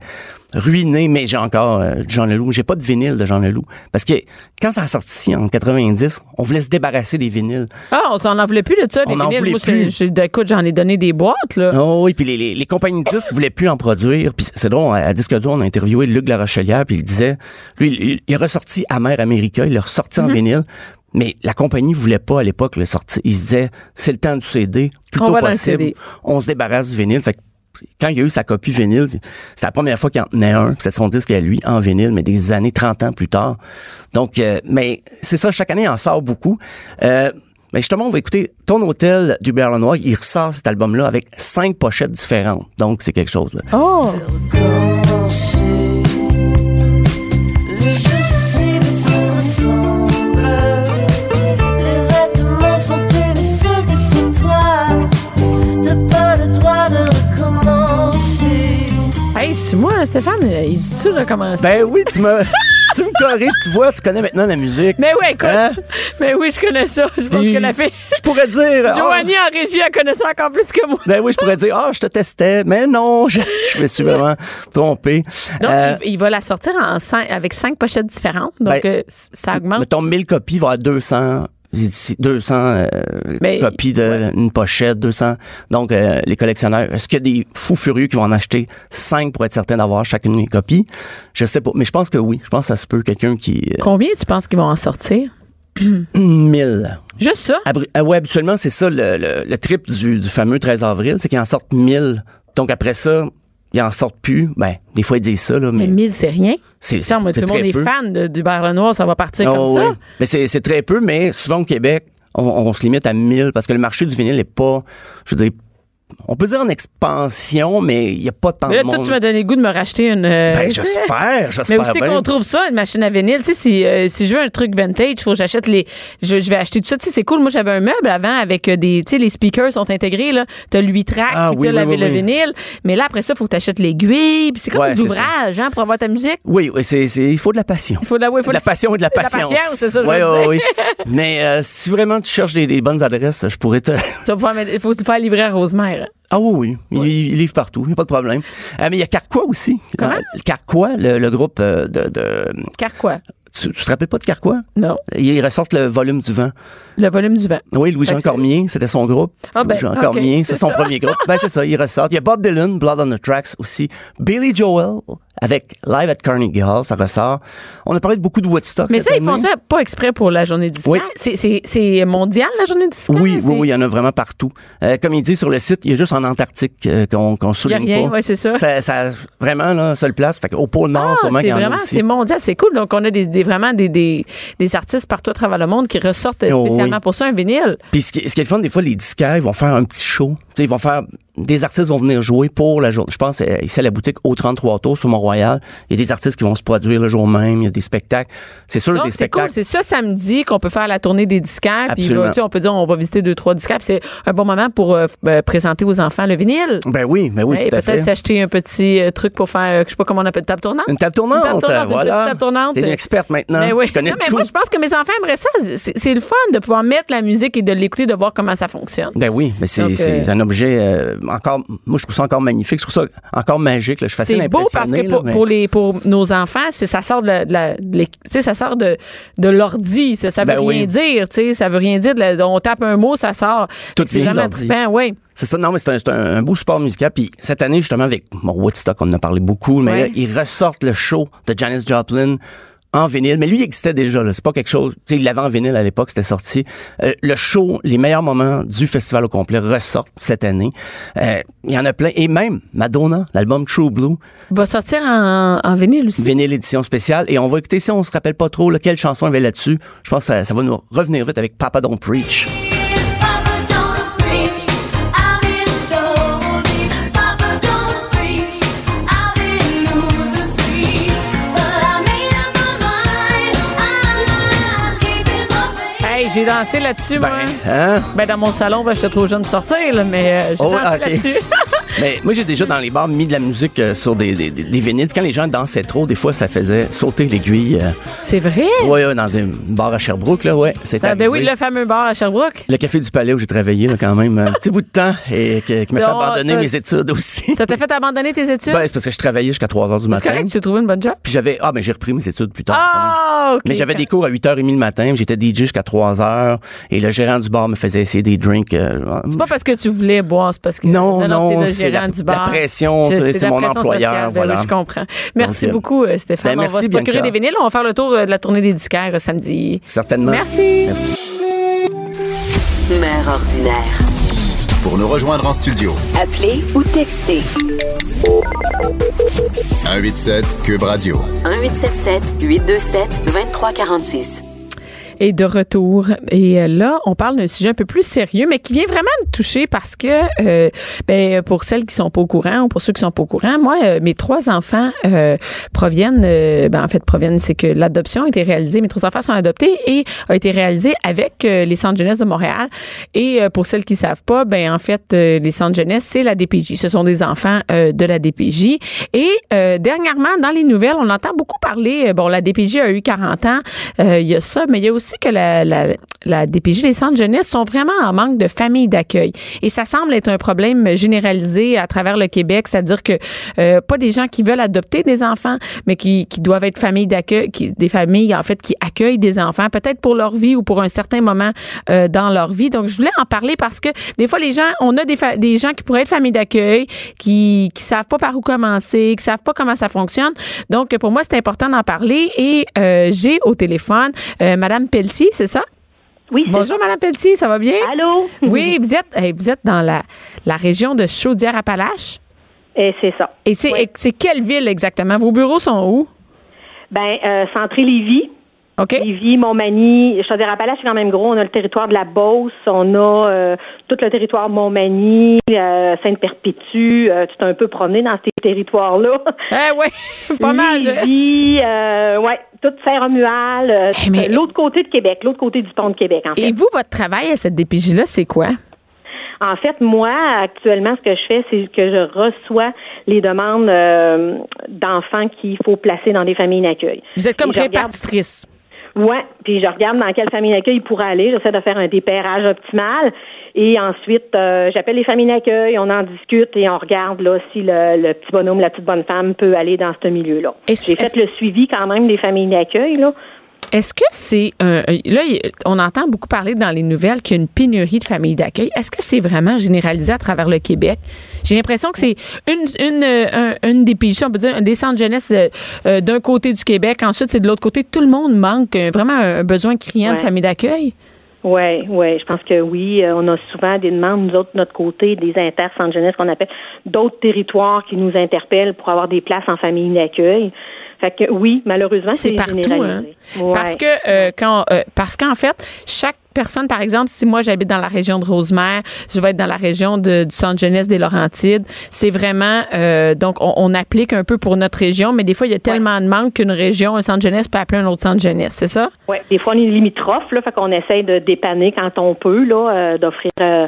E: ruiné, mais j'ai encore euh, du Jean Leloup. J'ai pas de vinyle de Jean Leloup. Parce que quand ça a sorti en 90, on voulait se débarrasser des vinyles.
C: Ah, on s'en en voulait plus de ça, des
E: On en
C: vinyles.
E: voulait
C: Moi,
E: plus.
C: c'est- j'ai- écoute, j'en ai donné des boîtes, là.
E: Oh oui, puis les, les, les compagnies de disques voulaient plus en produire. Puis c'est drôle, à, à Disque Dur, on a interviewé Luc Larochelière, puis il disait, lui, il, il est ressorti Amer America, il est ressorti en vinyle, mais la compagnie voulait pas à l'époque le sortir. Il se disait, c'est le temps du CD,
C: On
E: plutôt
C: va dans le
E: possible,
C: CD.
E: on se débarrasse du vinyle. Fait que quand il y a eu sa copie vinyle, c'est la première fois qu'il en tenait un, puis c'était son disque à lui en vinyle, mais des années, 30 ans plus tard. Donc, euh, mais c'est ça, chaque année, il en sort beaucoup. Euh, mais justement, on va écouter Ton Hôtel d'Hubert Lenoir. Il ressort cet album-là avec cinq pochettes différentes. Donc, c'est quelque chose. Là.
C: Oh!
F: Commencer
C: Stéphane, euh, il dit-tu recommencer?
E: Ben oui, tu me, tu me corriges, tu vois, tu connais maintenant la musique.
C: mais oui, écoute.
E: Hein?
C: Mais oui, je connais ça. Je pense
E: Puis,
C: que la fille.
E: Je pourrais dire. ah,
C: Joanie en régie, elle connaît ça encore plus que moi.
E: ben oui, je pourrais dire, ah, je te testais, mais non, je, je me suis vraiment trompé.
C: Donc,
E: Euh,
C: il, il va la sortir en cinq- avec cinq pochettes différentes. Donc,
E: Ben,
C: euh, c- ça augmente.
E: Mettons 1000 copies, il va y avoir 200. éditions- 200 euh,
C: Ben,
E: copies d'une pochette, 200. Donc, euh, les collectionneurs, est-ce qu'il y a des fous furieux qui vont en acheter 5 pour être certain d'avoir chacune des copies? Je sais pas, mais je pense que oui. Je pense que ça se peut. Quelqu'un qui... euh,
C: Combien tu penses qu'ils vont en sortir?
E: 1000.
C: Juste ça?
E: Abri- ah ouais, habituellement, c'est ça le, le- le trip du, du fameux 13 avril, c'est qu'ils en sortent 1000. Donc après ça, ils en sortent plus. Ben, des fois, ils disent ça, là, mais,
C: Mais 1000, c'est rien.
E: c'est
C: Ça, moi, tout
E: c'est
C: le monde
E: très
C: est
E: peu.
C: fan de- d'Hubert Lenoir, ça va partir
E: Ah
C: comme
E: ouais.
C: ça.
E: Mais c'est c'est très peu, mais souvent au Québec, on, on se limite à 1000 parce que le marché du vinyle est pas, je veux dire, on peut dire en expansion, mais il n'y a pas tant
C: Mais là,
E: de
C: toi,
E: monde.
C: tu m'as donné le goût de me racheter une. euh,
E: ben, j'espère,
C: Mais
E: j'espère
C: où c'est
E: bien.
C: qu'on trouve ça, une machine à vinyle? Tu sais, si, euh, si je veux un truc vintage, faut que j'achète les. Je, je vais acheter tout ça. Tu sais, c'est cool. Moi, j'avais un meuble avant avec euh, des. Tu sais, les speakers sont intégrés, là. T'as le 8 track,
E: Ah,
C: puis
E: oui,
C: t'as
E: oui,
C: la-
E: oui,
C: le
E: oui.
C: vinyle. Mais là, après ça, faut que t'achètes l'aiguille. Puis c'est comme
E: Ouais,
C: des
E: c'est ça.
C: ouvrages, hein, pour avoir ta musique.
E: Oui, oui, c'est, c'est- il faut de la passion.
C: Faut de la, ouais, faut
E: de la passion et de la
C: de la
E: patience.
C: patience, c'est ça que je
E: Ouais,
C: veux
E: ouais,
C: dire.
E: oui. Mais euh, si vraiment tu cherches des, des bonnes adresses, je pourrais te.
C: Tu vas pouvoir mettre- il faut te faire livrer à Rosemère.
E: Ah oui, oui. Ils, ils livrent partout, il n'y a pas de problème. Euh, mais il y a Carquois aussi.
C: Comment?
E: Euh, Carquois, le, le groupe euh, de. de-
C: Car quoi?
E: tu, tu te rappelles pas de Carquois?
C: Non.
E: Ils ressortent le volume du vent.
C: Le volume du vent.
E: Oui, Louis-Jean
C: Fait que c'est-
E: Cormier, c'était son groupe.
C: Ah ben,
E: Louis-Jean
C: ok,
E: Cormier, c'est
C: c'est
E: son
C: ça.
E: premier groupe. Ben, c'est ça, il ressort. Il y a Bob Dylan, Blood on the Tracks aussi. Billy Joel, avec Live at Carnegie Hall, ça ressort. On a parlé de beaucoup de Woodstock.
C: Mais
E: cette
C: ça, ils font
E: année.
C: ça pas exprès pour la journée du disque.
E: Oui.
C: C'est- C'est c'est mondial, la journée du disque. hein?
E: Oui, oui, oui, il y en a vraiment partout. Euh, comme il dit sur le site, il y a juste en Antarctique euh, qu'on
C: Il y
E: qu'on
C: a
E: souligne
C: rien,
E: pas.
C: ouais, c'est ça.
E: ça, ça- Vraiment, là, seule place. Fait au pôle Nord,
C: Ah,
E: sûrement qu'il
C: c'est
E: y en a
C: vraiment,
E: aussi.
C: c'est mondial, c'est cool. Donc, on a des, des- vraiment des, des, des artistes partout à travers le monde qui ressortent
E: Oh,
C: spécialement
E: oui.
C: pour ça un vinyle. Ah,
E: Puis ce qui, ce qui est le fun, des fois, les disquaires, ils vont faire un petit show. Tu sais, ils vont faire... Des artistes vont venir jouer pour la journée. Je pense, euh, ici à la boutique, au 33 Tours, sur Mont-Royal, il y a des artistes qui vont se produire le jour même. Il y a des spectacles. C'est sûr,
C: Donc,
E: des
C: c'est cool.
E: spectacles...
C: C'est ça samedi qu'on peut faire la tournée des disquaires. Puis,
E: Absolument.
C: là, tu sais, on peut dire, on va visiter deux, trois disquaires. Puis c'est un bon moment pour euh, f- ben, présenter aux enfants le vinyle.
E: ben oui, ben oui,
C: Ouais, et
E: tout à fait.
C: peut-être s'acheter un petit euh, truc pour faire, euh, je sais pas comment on appelle, table tournante.
E: Une table tournante,
C: Une table tournante, une
E: voilà.
C: petite table tournante.
E: T'es une experte maintenant.
C: Mais oui.
E: Tu connais
C: Non, mais
E: tout.
C: moi, je pense que mes enfants aimeraient ça. C'est c'est le fun de pouvoir mettre la musique et de l'écouter, de voir comment ça fonctionne.
E: Ben oui, mais c'est
C: Donc,
E: c'est
C: euh,
E: un objet euh, encore. Moi, je trouve ça encore magnifique. Je trouve ça encore magique. là. Je suis facile
C: C'est
E: à
C: beau parce que
E: impressionner,
C: pour,
E: là, mais-
C: pour les, pour nos enfants, c'est ça sort de, la- de la- de l'é- tu sais, ça sort de, de l'ordi. Ça, ça veut
E: Ben
C: rien
E: oui.
C: dire, tu sais. Ça veut rien dire. de la- on tape un mot, ça sort.
E: Tout
C: c'est
E: vient de
C: vraiment
E: l'ordi.
C: trippant, oui.
E: C'est ça, non, mais c'est un, c'est un- un beau sport musical. Puis cette année, justement, avec mon Woodstock, on en a parlé beaucoup, mais
C: Ouais.
E: là, ils ressortent le show de Janis Joplin en vinyle. Mais lui, il existait déjà, là. C'est pas quelque chose. Tu sais, il l'avait en vinyle à l'époque, c'était sorti. Euh, le show, les meilleurs moments du festival au complet ressortent cette année. Euh, Il y en a plein. Et même Madonna, l'album True Blue,
C: Va sortir en, en vinyle aussi.
E: vinyle édition spéciale. Et on va écouter, si on se rappelle pas trop, là, quelle chanson il y avait là-dessus, je pense que ça, ça va nous revenir vite avec Papa Don't Preach.
F: Papa don't preach, I've been told it. Papa don't preach, I've been losing sleep. But I made up my mind, I'm not keeping my faith.
C: Hey, j'ai dansé là-dessus, moi.
E: Hein?
C: Ben, dans mon salon, ben, j'étais trop jeune pour sortir, là, mais euh, j'ai
E: Oh,
C: dansé
E: ok.
C: là-dessus.
E: Mais moi, j'ai déjà dans les bars mis de la musique euh, sur des, des, des- des vinyles. Quand les gens dansaient trop, des fois, ça faisait sauter l'aiguille. euh.
C: c'est vrai?
E: ouais, ouais, dans des bars à Sherbrooke, là, ouais. C'était
C: Ah, ben oui,
E: arrivé.
C: le fameux bar à Sherbrooke.
E: Le café du palais où j'ai travaillé, là, quand même, un petit bout de temps, et qui, qui m'a fait
C: Non,
E: abandonner
C: ça-
E: mes études aussi.
C: Ça t'a fait abandonner tes études?
E: Ben, c'est parce que je travaillais jusqu'à 3 heures du
C: c'est
E: matin.
C: correct, tu as trouvé une bonne job?
E: Puis j'avais. Ah, mais j'ai repris mes études plus tard. quand même.
C: Ah, OK.
E: Mais j'avais des cours à 8h30 le matin, j'étais DJ jusqu'à 3h et le gérant du bar me faisait essayer des drinks. euh,
C: C'est pas parce que tu voulais boire, c'est parce que
E: Non, non,
C: le
E: c'est
C: gérant
E: la-
C: du bar.
E: la pression,
C: Je-
E: c'est- c'est
C: la
E: mon
C: pression
E: employeur,
C: sociale, ben
E: voilà.
C: oui, je comprends. Merci
E: euh,
C: beaucoup, euh, Stéphane.
E: ben,
C: on va
E: merci,
C: se procurer
E: Bianca.
C: des vinyles. On va faire le tour euh, de la tournée des disquaires euh, samedi.
E: Certainement.
C: Merci.
A: Mère ordinaire.
B: Pour nous rejoindre en studio,
A: Appelez ou textez
B: 187 Cube Radio.
A: 1877 827 2346.
C: est de retour. Et euh, là, on parle d'un sujet un peu plus sérieux, mais qui vient vraiment me toucher parce que, euh, ben, pour celles qui sont pas au courant ou pour ceux qui sont pas au courant, moi, euh, mes trois enfants euh, proviennent, euh, ben, en fait, proviennent, c'est que l'adoption a été réalisée, mes trois enfants sont adoptés et a été réalisée avec euh, les centres jeunesse de Montréal. Et euh, pour celles qui savent pas, ben, en fait, euh, les centres jeunesse, c'est la DPJ. Ce sont des enfants euh, de la DPJ. Et euh, dernièrement, dans les nouvelles, on entend beaucoup parler, euh, bon, la DPJ a eu 40 ans, euh, il y a ça, mais il y a aussi que la, la, la DPJ, les centres jeunesse sont vraiment en manque de familles d'accueil. Et ça semble être un problème généralisé à travers le Québec, c'est-à-dire que euh, pas des gens qui veulent adopter des enfants, mais qui, qui doivent être familles d'accueil, qui- des familles en fait qui accueillent des enfants, peut-être pour leur vie ou pour un certain moment euh, dans leur vie. Donc je voulais en parler parce que des fois les gens, on a des, fa- des gens qui pourraient être familles d'accueil, qui qui savent pas par où commencer, qui savent pas comment ça fonctionne. Donc pour moi c'est important d'en parler et euh, j'ai au téléphone euh, Madame Pelletier, c'est ça?
G: Oui, c'est-
C: Bonjour Madame Pelletier, ça va bien?
G: Allô?
C: Oui, vous êtes hey, vous êtes dans la la région de Chaudière-Appalaches.
G: Et c'est ça.
C: Et c'est et c'est quelle ville exactement? Vos bureaux sont où?
G: Ben, euh, centré Lévis.
C: OK?
G: Lévis, Montmagny, Chaudière-Appalaches, c'est quand même gros. On a le territoire de la Beauce, on a euh, tout le territoire Montmagny, euh, Sainte-Perpétue. Euh, tu t'es un peu promené dans ces territoires-là.
C: Eh oui, pas mal. je-
G: Lévis, euh, ouais, toute Saint-Romual, euh,
C: Eh, mais-
G: l'autre côté de Québec, l'autre côté du pont de Québec, en fait.
C: Et vous, votre travail à cette DPJ-là, c'est quoi?
G: En fait, moi, actuellement, ce que je fais, c'est que je reçois les demandes euh, d'enfants qu'il faut placer dans des familles d'accueil.
C: Vous êtes comme
G: Et je regarde-
C: répartitrice.
G: Ouais, puis je regarde dans quelle famille d'accueil il pourrait aller. J'essaie de faire un dépérage optimal. Et ensuite, euh, j'appelle les familles d'accueil, on en discute et on regarde là si le, le petit bonhomme, la petite bonne femme peut aller dans ce milieu-là.
C: Est-ce-
G: J'ai fait
C: est-ce-
G: le suivi quand même des familles d'accueil. là.
C: Est-ce que c'est. un- un- là, il- on entend beaucoup parler dans les nouvelles qu'il y a une pénurie de familles d'accueil. Est-ce que c'est vraiment généralisé à travers le Québec? J'ai l'impression que c'est une, une, euh, un- une des pays, on peut dire, un des centres jeunesse euh, euh, d'un côté du Québec, ensuite, c'est de l'autre côté. Tout le monde manque euh, vraiment un, un besoin criant de
G: Ouais.
C: familles d'accueil.
G: Oui, oui, je pense que oui. Euh, on a souvent des demandes, nous autres, de notre côté, des intercentres jeunesse qu'on appelle, d'autres territoires qui nous interpellent pour avoir des places en famille d'accueil. Fait que oui, malheureusement,
C: C'est
G: c'est
C: partout, hein?
G: généralisé. Ouais.
C: Parce que euh, quand euh, parce qu'en fait, chaque personne, par exemple, si moi j'habite dans la région de Rosemère, je vais être dans la région de- du centre jeunesse des Laurentides. C'est vraiment euh, donc on, on applique un peu pour notre région, mais des fois il y a tellement de manque qu'une région, un centre jeunesse peut appeler un autre centre jeunesse, c'est ça?
G: Ouais, des fois on est limitrophe, là, fait qu'on essaye de dépanner quand on peut, là, euh, d'offrir euh,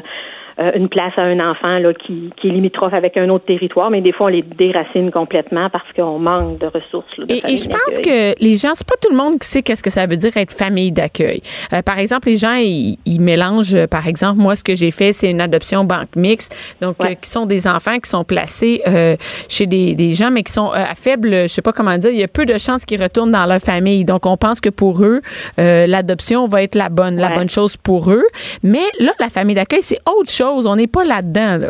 G: euh, une place à un enfant là qui, qui est limitrophe avec un autre territoire, mais des fois on les déracine complètement parce qu'on manque de ressources. là, de
C: Et, et
G: familles
C: je pense
G: d'accueil.
C: que les gens, c'est pas tout le monde qui sait qu'est-ce que ça veut dire être famille d'accueil. Euh, par exemple, les gens, ils, ils mélangent, euh, par exemple, moi, ce que j'ai fait, c'est une adoption banque mixte, donc
G: Ouais.
C: euh, qui sont des enfants qui sont placés euh, chez des, des gens, mais qui sont euh, à faible, je sais pas comment dire, il y a peu de chances qu'ils retournent dans leur famille. Donc, on pense que pour eux, euh, l'adoption va être la bonne, la
G: Ouais.
C: bonne chose pour eux. Mais là, la famille d'accueil, c'est autre chose. On n'est pas là-dedans, là.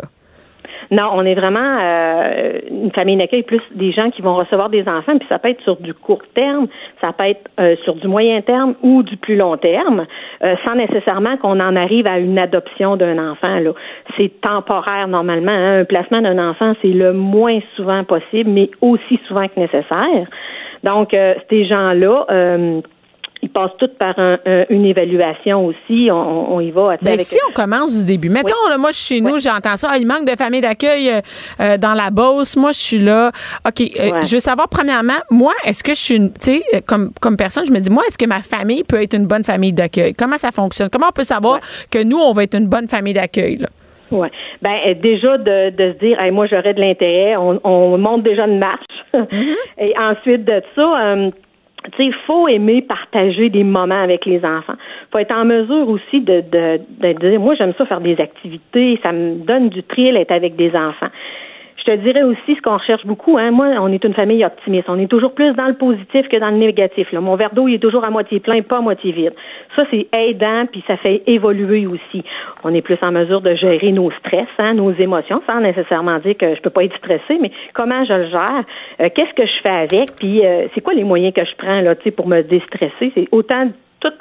G: Non, on est vraiment euh, une famille d'accueil plus des gens qui vont recevoir des enfants, puis ça peut être sur du court terme, ça peut être euh, sur du moyen terme ou du plus long terme, euh, sans nécessairement qu'on en arrive à une adoption d'un enfant. Là, c'est temporaire normalement. hein. Un placement d'un enfant, c'est le moins souvent possible, mais aussi souvent que nécessaire. Donc, euh, ces gens-là. euh, ils passent tous par un- un- une évaluation aussi. On, on y va. tu sais,
C: Ben,
G: avec-
C: si on commence du début, mettons, là, moi, je suis chez nous, j'entends ça, Ah, il manque de famille d'accueil euh, euh, dans la Beauce, moi, je suis là. OK, euh,
G: Ouais.
C: je veux savoir, premièrement, moi, est-ce que je suis une, tu sais, euh, comme, comme personne, je me dis, moi, est-ce que ma famille peut être une bonne famille d'accueil? Comment ça fonctionne? Comment on peut savoir que nous, on va être une bonne famille d'accueil, là?
G: Ouais. Ben euh, déjà de, de se dire, Hey, moi j'aurais de l'intérêt, on, on monte déjà une marche. Et ensuite de ça, euh, tu sais, il faut aimer partager des moments avec les enfants. faut être en mesure aussi de, de, de dire, moi j'aime ça faire des activités, ça me donne du thrill être avec des enfants. Je te dirais aussi ce qu'on recherche beaucoup. Hein. Moi, on est une famille optimiste. On est toujours plus dans le positif que dans le négatif. Là. Mon verre d'eau, il est toujours à moitié plein, pas à moitié vide. Ça, c'est aidant, puis ça fait évoluer aussi. On est plus en mesure de gérer nos stress, hein, nos émotions, sans nécessairement dire que je peux pas être stressée, mais comment je le gère, Euh, qu'est-ce que je fais avec, puis euh, c'est quoi les moyens que je prends là, tu sais, pour me déstresser. C'est autant toute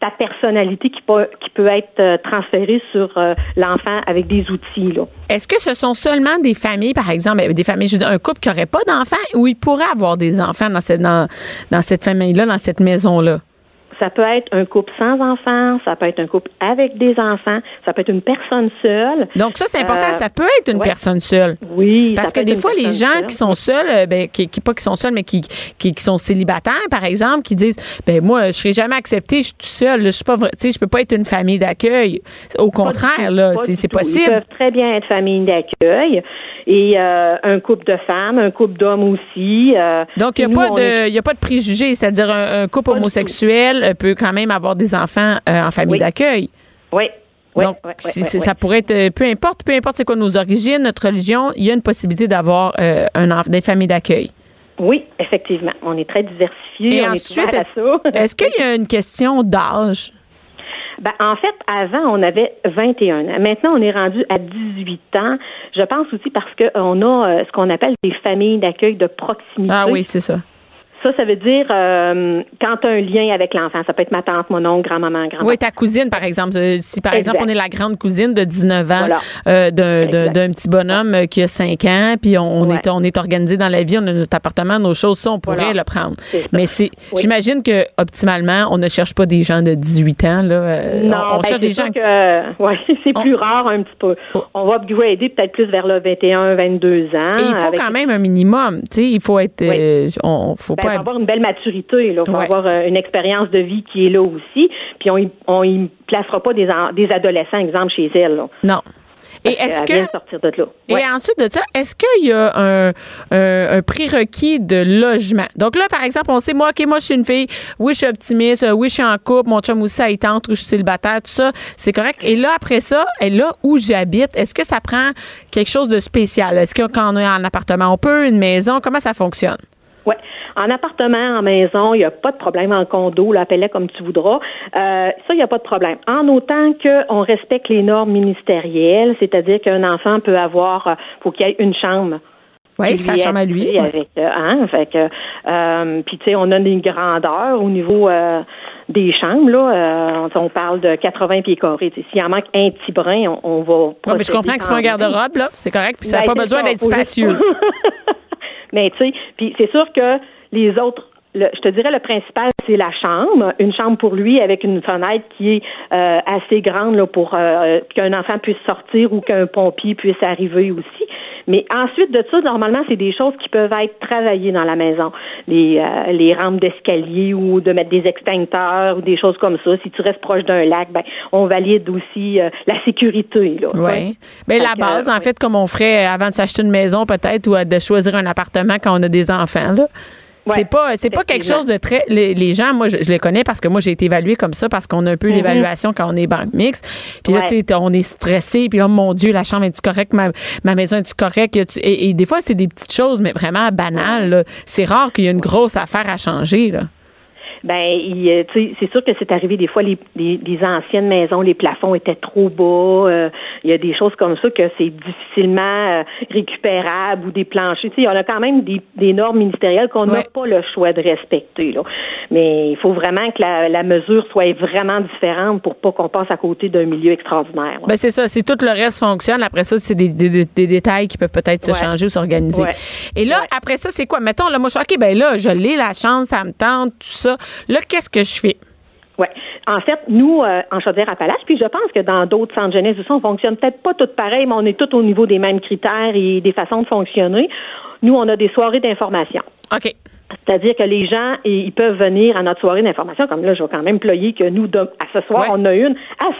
G: ta personnalité qui peut, qui peut être euh, transférée sur euh, l'enfant avec des outils. Là.
C: Est-ce que ce sont seulement des familles, par exemple, euh, des familles, je veux dire, un couple qui n'aurait pas d'enfants ou il pourrait avoir des enfants dans cette, dans, dans cette famille-là, dans cette maison-là?
G: ça peut être un couple sans enfants, ça peut être un couple avec des enfants, ça peut être une personne seule.
C: Donc ça, c'est important.
G: Euh,
C: ça peut être une
G: ouais.
C: personne seule.
G: Oui.
C: Parce
G: ça peut
C: que
G: être
C: des
G: une
C: fois, les
G: personne
C: gens
G: seule.
C: qui sont seuls, euh, ben, qui, qui- pas qui sont seuls, mais qui, qui, qui sont célibataires, par exemple, qui disent, ben moi, je serai jamais acceptée, je suis tout seul, je suis pas, vrai- tu sais, je peux pas être une famille d'accueil. Au
G: Pas du
C: contraire,
G: tout,
C: là,
G: pas
C: c'est
G: du
C: c'est
G: tout. Ils
C: possible.
G: peuvent très bien être famille d'accueil et euh, un couple de femmes, un couple d'hommes aussi. euh,
C: Donc, il
G: et
C: n'y a,
G: nous,
C: pas
G: on
C: de- y a pas de préjugés, c'est-à-dire un, un couple
G: Pas du
C: homosexuel euh, peut quand même avoir des enfants euh, en famille
G: Oui.
C: d'accueil.
G: Oui. oui,
C: Donc,
G: oui,
C: si-
G: oui,
C: c'est-
G: oui.
C: ça pourrait être, euh, peu importe, peu importe c'est quoi nos origines, notre religion, il y a une possibilité d'avoir euh, un enf- des familles d'accueil.
G: Oui, effectivement. On est très diversifié.
C: Et
G: on est
C: ensuite,
G: ouvert à
C: est-ce
G: ça.
C: est-ce qu'il y a une question d'âge?
G: Ben, en fait, avant, on avait 21 ans. Maintenant, on est rendu à 18 ans. Je pense aussi parce qu'on a euh, ce qu'on appelle des familles d'accueil de proximité.
C: Ah oui, c'est ça.
G: Ça, ça veut dire euh, quand tu as un lien avec l'enfant. Ça peut être ma tante, mon oncle, grand-maman, grand-papa.
C: Oui, ta cousine, par exemple. Euh, Si, par
G: Ah. Exact.
C: exemple, on est la grande cousine de 19 ans
G: Voilà.
C: euh, d'un- d'un
G: Exact.
C: d'un petit bonhomme euh, qui a 5 ans, puis on, on
G: Ouais.
C: est, on est organisé dans la vie, on a notre appartement, nos choses, ça, on pourrait
G: Voilà.
C: le prendre.
G: C'est ça.
C: Mais c'est,
G: Oui.
C: j'imagine que, optimalement, on ne cherche pas des gens de 18 ans, là. euh,
G: Non,
C: on on cherche
G: ben, c'est
C: des
G: sûr
C: gens.
G: que ouais, c'est
C: On-
G: plus rare un petit peu.
C: Oh.
G: On va upgrader peut-être plus vers le 21, 22 ans.
C: Et il faut
G: avec-
C: quand même un minimum, tu sais, il faut être,
G: Oui.
C: euh, on, faut
G: Ben,
C: pas.
G: faut avoir une belle maturité, là. Faut
C: Ouais.
G: avoir euh, une expérience de vie qui est là aussi. Puis on y, on y placera pas des, en- des adolescents, exemple, chez elle. là.
C: Non. Et
G: Parce
C: est-ce
G: qu'elle
C: que
G: vient de sortir de là.
C: Et
G: Ouais.
C: ensuite de ça, est-ce qu'il y a un, un, un prérequis de logement? Donc là, par exemple, on sait, moi, OK, moi, je suis une fille, oui, je suis optimiste, euh, oui, je suis en couple, mon chum aussi, elle tente, ou je suis célibataire, tout ça, c'est correct. Et là, après ça, et là où j'habite, est-ce que ça prend quelque chose de spécial? Est-ce que quand on est en appartement, on peut, une maison, comment ça fonctionne?
G: Ouais. En appartement, en maison, il n'y a pas de problème. En condo, là, appelle-le comme tu voudras. Euh, ça, il n'y a pas de problème. En autant qu'on respecte les normes ministérielles, c'est-à-dire qu'un enfant peut avoir, euh, faut qu'il y ait une chambre.
C: Oui,
G: qui
C: sa
G: lui est
C: chambre à lui.
G: attribuée Avec, euh, hein, fait que, euh, puis, tu sais, on a des grandeurs au niveau euh, des chambres. Là, euh, on parle de 80 pieds carrés. Tu sais, S'il en manque un petit brin, on, on va.
C: Non, mais je
G: procéder
C: comprends que c'est pas un
G: quand même.
C: garde-robe, là, c'est correct, puis ça n'a pas
G: Ben, c'est
C: besoin
G: ça,
C: d'être
G: faut juste-
C: spacieux.
G: Mais tu sais, puis c'est sûr que les autres, le- je te dirais le principal, c'est la chambre, une chambre pour lui avec une fenêtre qui est euh, assez grande là, pour euh, qu'un enfant puisse sortir ou qu'un pompier puisse arriver aussi. Mais ensuite de ça, normalement, c'est des choses qui peuvent être travaillées dans la maison. Les, euh, les rampes d'escalier ou de mettre des extincteurs ou des choses comme ça. Si tu restes proche d'un lac, ben, on valide aussi euh, la sécurité. Là,
C: Oui. Mais
G: Fait
C: Ben, la
G: que,
C: base, en
G: ouais.
C: fait, comme on ferait euh, avant de s'acheter une maison, peut-être, ou euh, de choisir un appartement quand on a des enfants, là.
G: Ouais,
C: c'est pas c'est pas quelque
G: effectivement.
C: chose de très les, les gens moi je, je les connais parce que moi j'ai été évaluée comme ça parce qu'on a un peu l'évaluation quand on est banque mixte puis là
G: Mm-hmm. Ouais.
C: tu sais t'as- on est stressé puis oh mon dieu la chambre est correcte ma, ma maison est correcte et, et des fois c'est des petites choses mais vraiment banales là. c'est rare qu'il y ait une grosse affaire à changer là
G: Ben, il, euh, tu sais, c'est sûr que c'est arrivé des fois les, les, les anciennes maisons, les plafonds étaient trop bas. euh, il y a des choses comme ça que c'est difficilement euh, récupérable ou des planchers. Tu sais, on a quand même des, des normes ministérielles qu'on n'a
C: Ouais.
G: pas le choix de respecter. Là. Mais il faut vraiment que la, la mesure soit vraiment différente pour pas qu'on passe à côté d'un milieu extraordinaire. là.
C: Ben c'est ça, c'est tout le reste fonctionne. Après ça, c'est des, des- des- des détails qui peuvent peut-être se
G: Ouais.
C: changer ou s'organiser.
G: Ouais.
C: Et là,
G: Ouais.
C: après ça, c'est quoi? Mettons, là, moi, je suis, OK, ben là, je l'ai, la chance, ça me tente, tout ça. Là, qu'est-ce que je fais?
G: Oui. En fait, nous, euh, en Chaudière-Appalaches, puis je pense que dans d'autres centres jeunesse aussi, on fonctionne peut-être pas toutes pareil, mais on est tous au niveau des mêmes critères et des façons de fonctionner. Nous, on a des soirées d'information.
C: OK.
G: C'est-à-dire que les gens, i- ils peuvent venir à notre soirée d'information. Comme là, je vais quand même ployer que nous, de- à ce soir,
C: Ouais.
G: on a une à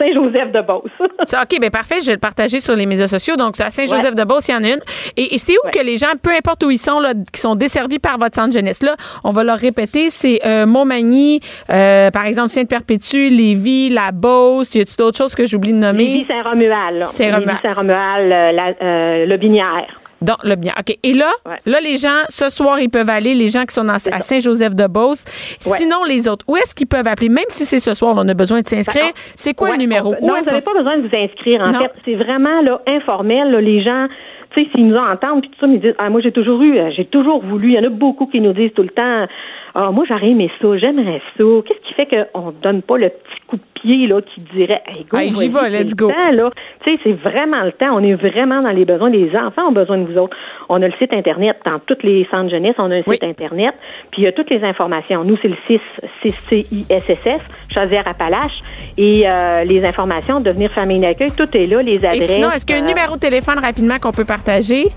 G: Saint-Joseph-de-Beauce.
C: Ça, OK, ben parfait, je vais le partager sur les médias sociaux. Donc, à Saint-Joseph-de-Beauce, il y en a une. Et, et c'est où
G: Ouais.
C: que les gens, peu importe où ils sont, là, qui sont desservis par votre centre jeunesse-là, on va leur répéter, c'est euh, Montmagny, euh, par exemple, Sainte-Perpétue, Lévis, La Beauce. Y a-tu d'autres choses que j'oublie de nommer?
G: Lévis-Saint-Romuald. là.
C: Saint-Romuald.
G: Lévis-Saint-Romuald, euh, la- euh, le Binière.
C: Donc, le bien. OK. Et là,
G: Ouais.
C: là, les gens, ce soir, ils peuvent aller, les gens qui sont dans- à Saint-Joseph-de-Beauce.
G: Ouais.
C: Sinon, les autres, où est-ce qu'ils peuvent appeler? Même si c'est ce soir, on a besoin de s'inscrire.
G: Ben, on-
C: C'est quoi
G: Ouais,
C: le numéro?
G: on- Non,
C: Où
G: vous
C: est-ce
G: n'avez
C: qu'on-
G: pas besoin de vous inscrire, en
C: Non.
G: fait. C'est vraiment là, informel. là, les gens, tu sais, s'ils nous entendent, puis tout ça, ils me disent Ah, moi, j'ai toujours eu, euh, j'ai toujours voulu. Il y en a beaucoup qui nous disent tout le temps Ah, moi, j'aurais aimé ça, j'aimerais ça. Qu'est-ce qui fait qu'on ne donne pas le petit coup de pied là, qui dirait Hey, go,
C: Hey, Ah, j'y vais,
G: vas-y, c'est
C: let's
G: le
C: go.
G: temps, Ah, là. Tu sais, c'est vraiment le temps. On est vraiment dans les besoins. Les enfants ont besoin de vous autres. On a le site Internet. Dans tous les centres jeunesse, on a un
C: Oui.
G: site Internet. Puis il y a toutes les informations. Nous, c'est le 6 CCISSS, Chaudière-Appalaches. Et euh, les informations, devenir famille d'accueil, tout est là, les
C: Et
G: adresses.
C: sinon, est-ce qu'il y a un
G: euh,
C: numéro de téléphone rapidement qu'on peut partager?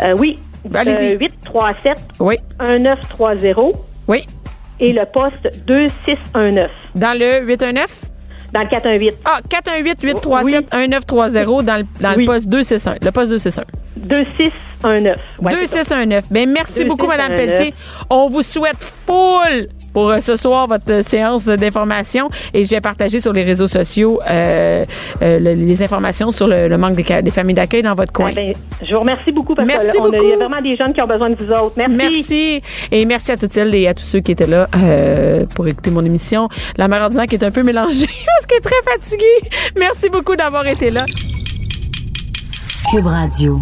G: euh, oui.
C: Ben, Allez-y.
G: 837
C: Oui.
G: 1930
C: Oui.
G: et le poste 2619
C: Dans le 819?
G: dans le 418.
C: Ah, 418-837-1930 dans, le, dans le
G: Oui.
C: poste 261. Le poste 261.
G: 2619. Ouais, c'est ça.
C: 2619. Ben, merci beaucoup, Madame
G: 2619.
C: Pelletier. On vous souhaite full pour euh, ce soir votre euh, séance d'information et j'ai partagé sur les réseaux sociaux euh, euh, le- les informations sur le, le manque des, ca- des familles d'accueil dans votre coin.
G: Ah ben, je vous remercie beaucoup parce
C: Merci
G: qu'on a- il y a
C: beaucoup.
G: vraiment des jeunes qui ont besoin de vous autres.
C: Merci. Et merci à toutes celles et à tous ceux qui étaient là euh, pour écouter mon émission. La mère ordinaire qui est un peu mélangée parce qu'elle est très fatiguée. Merci beaucoup d'avoir été là.
A: Cube Radio.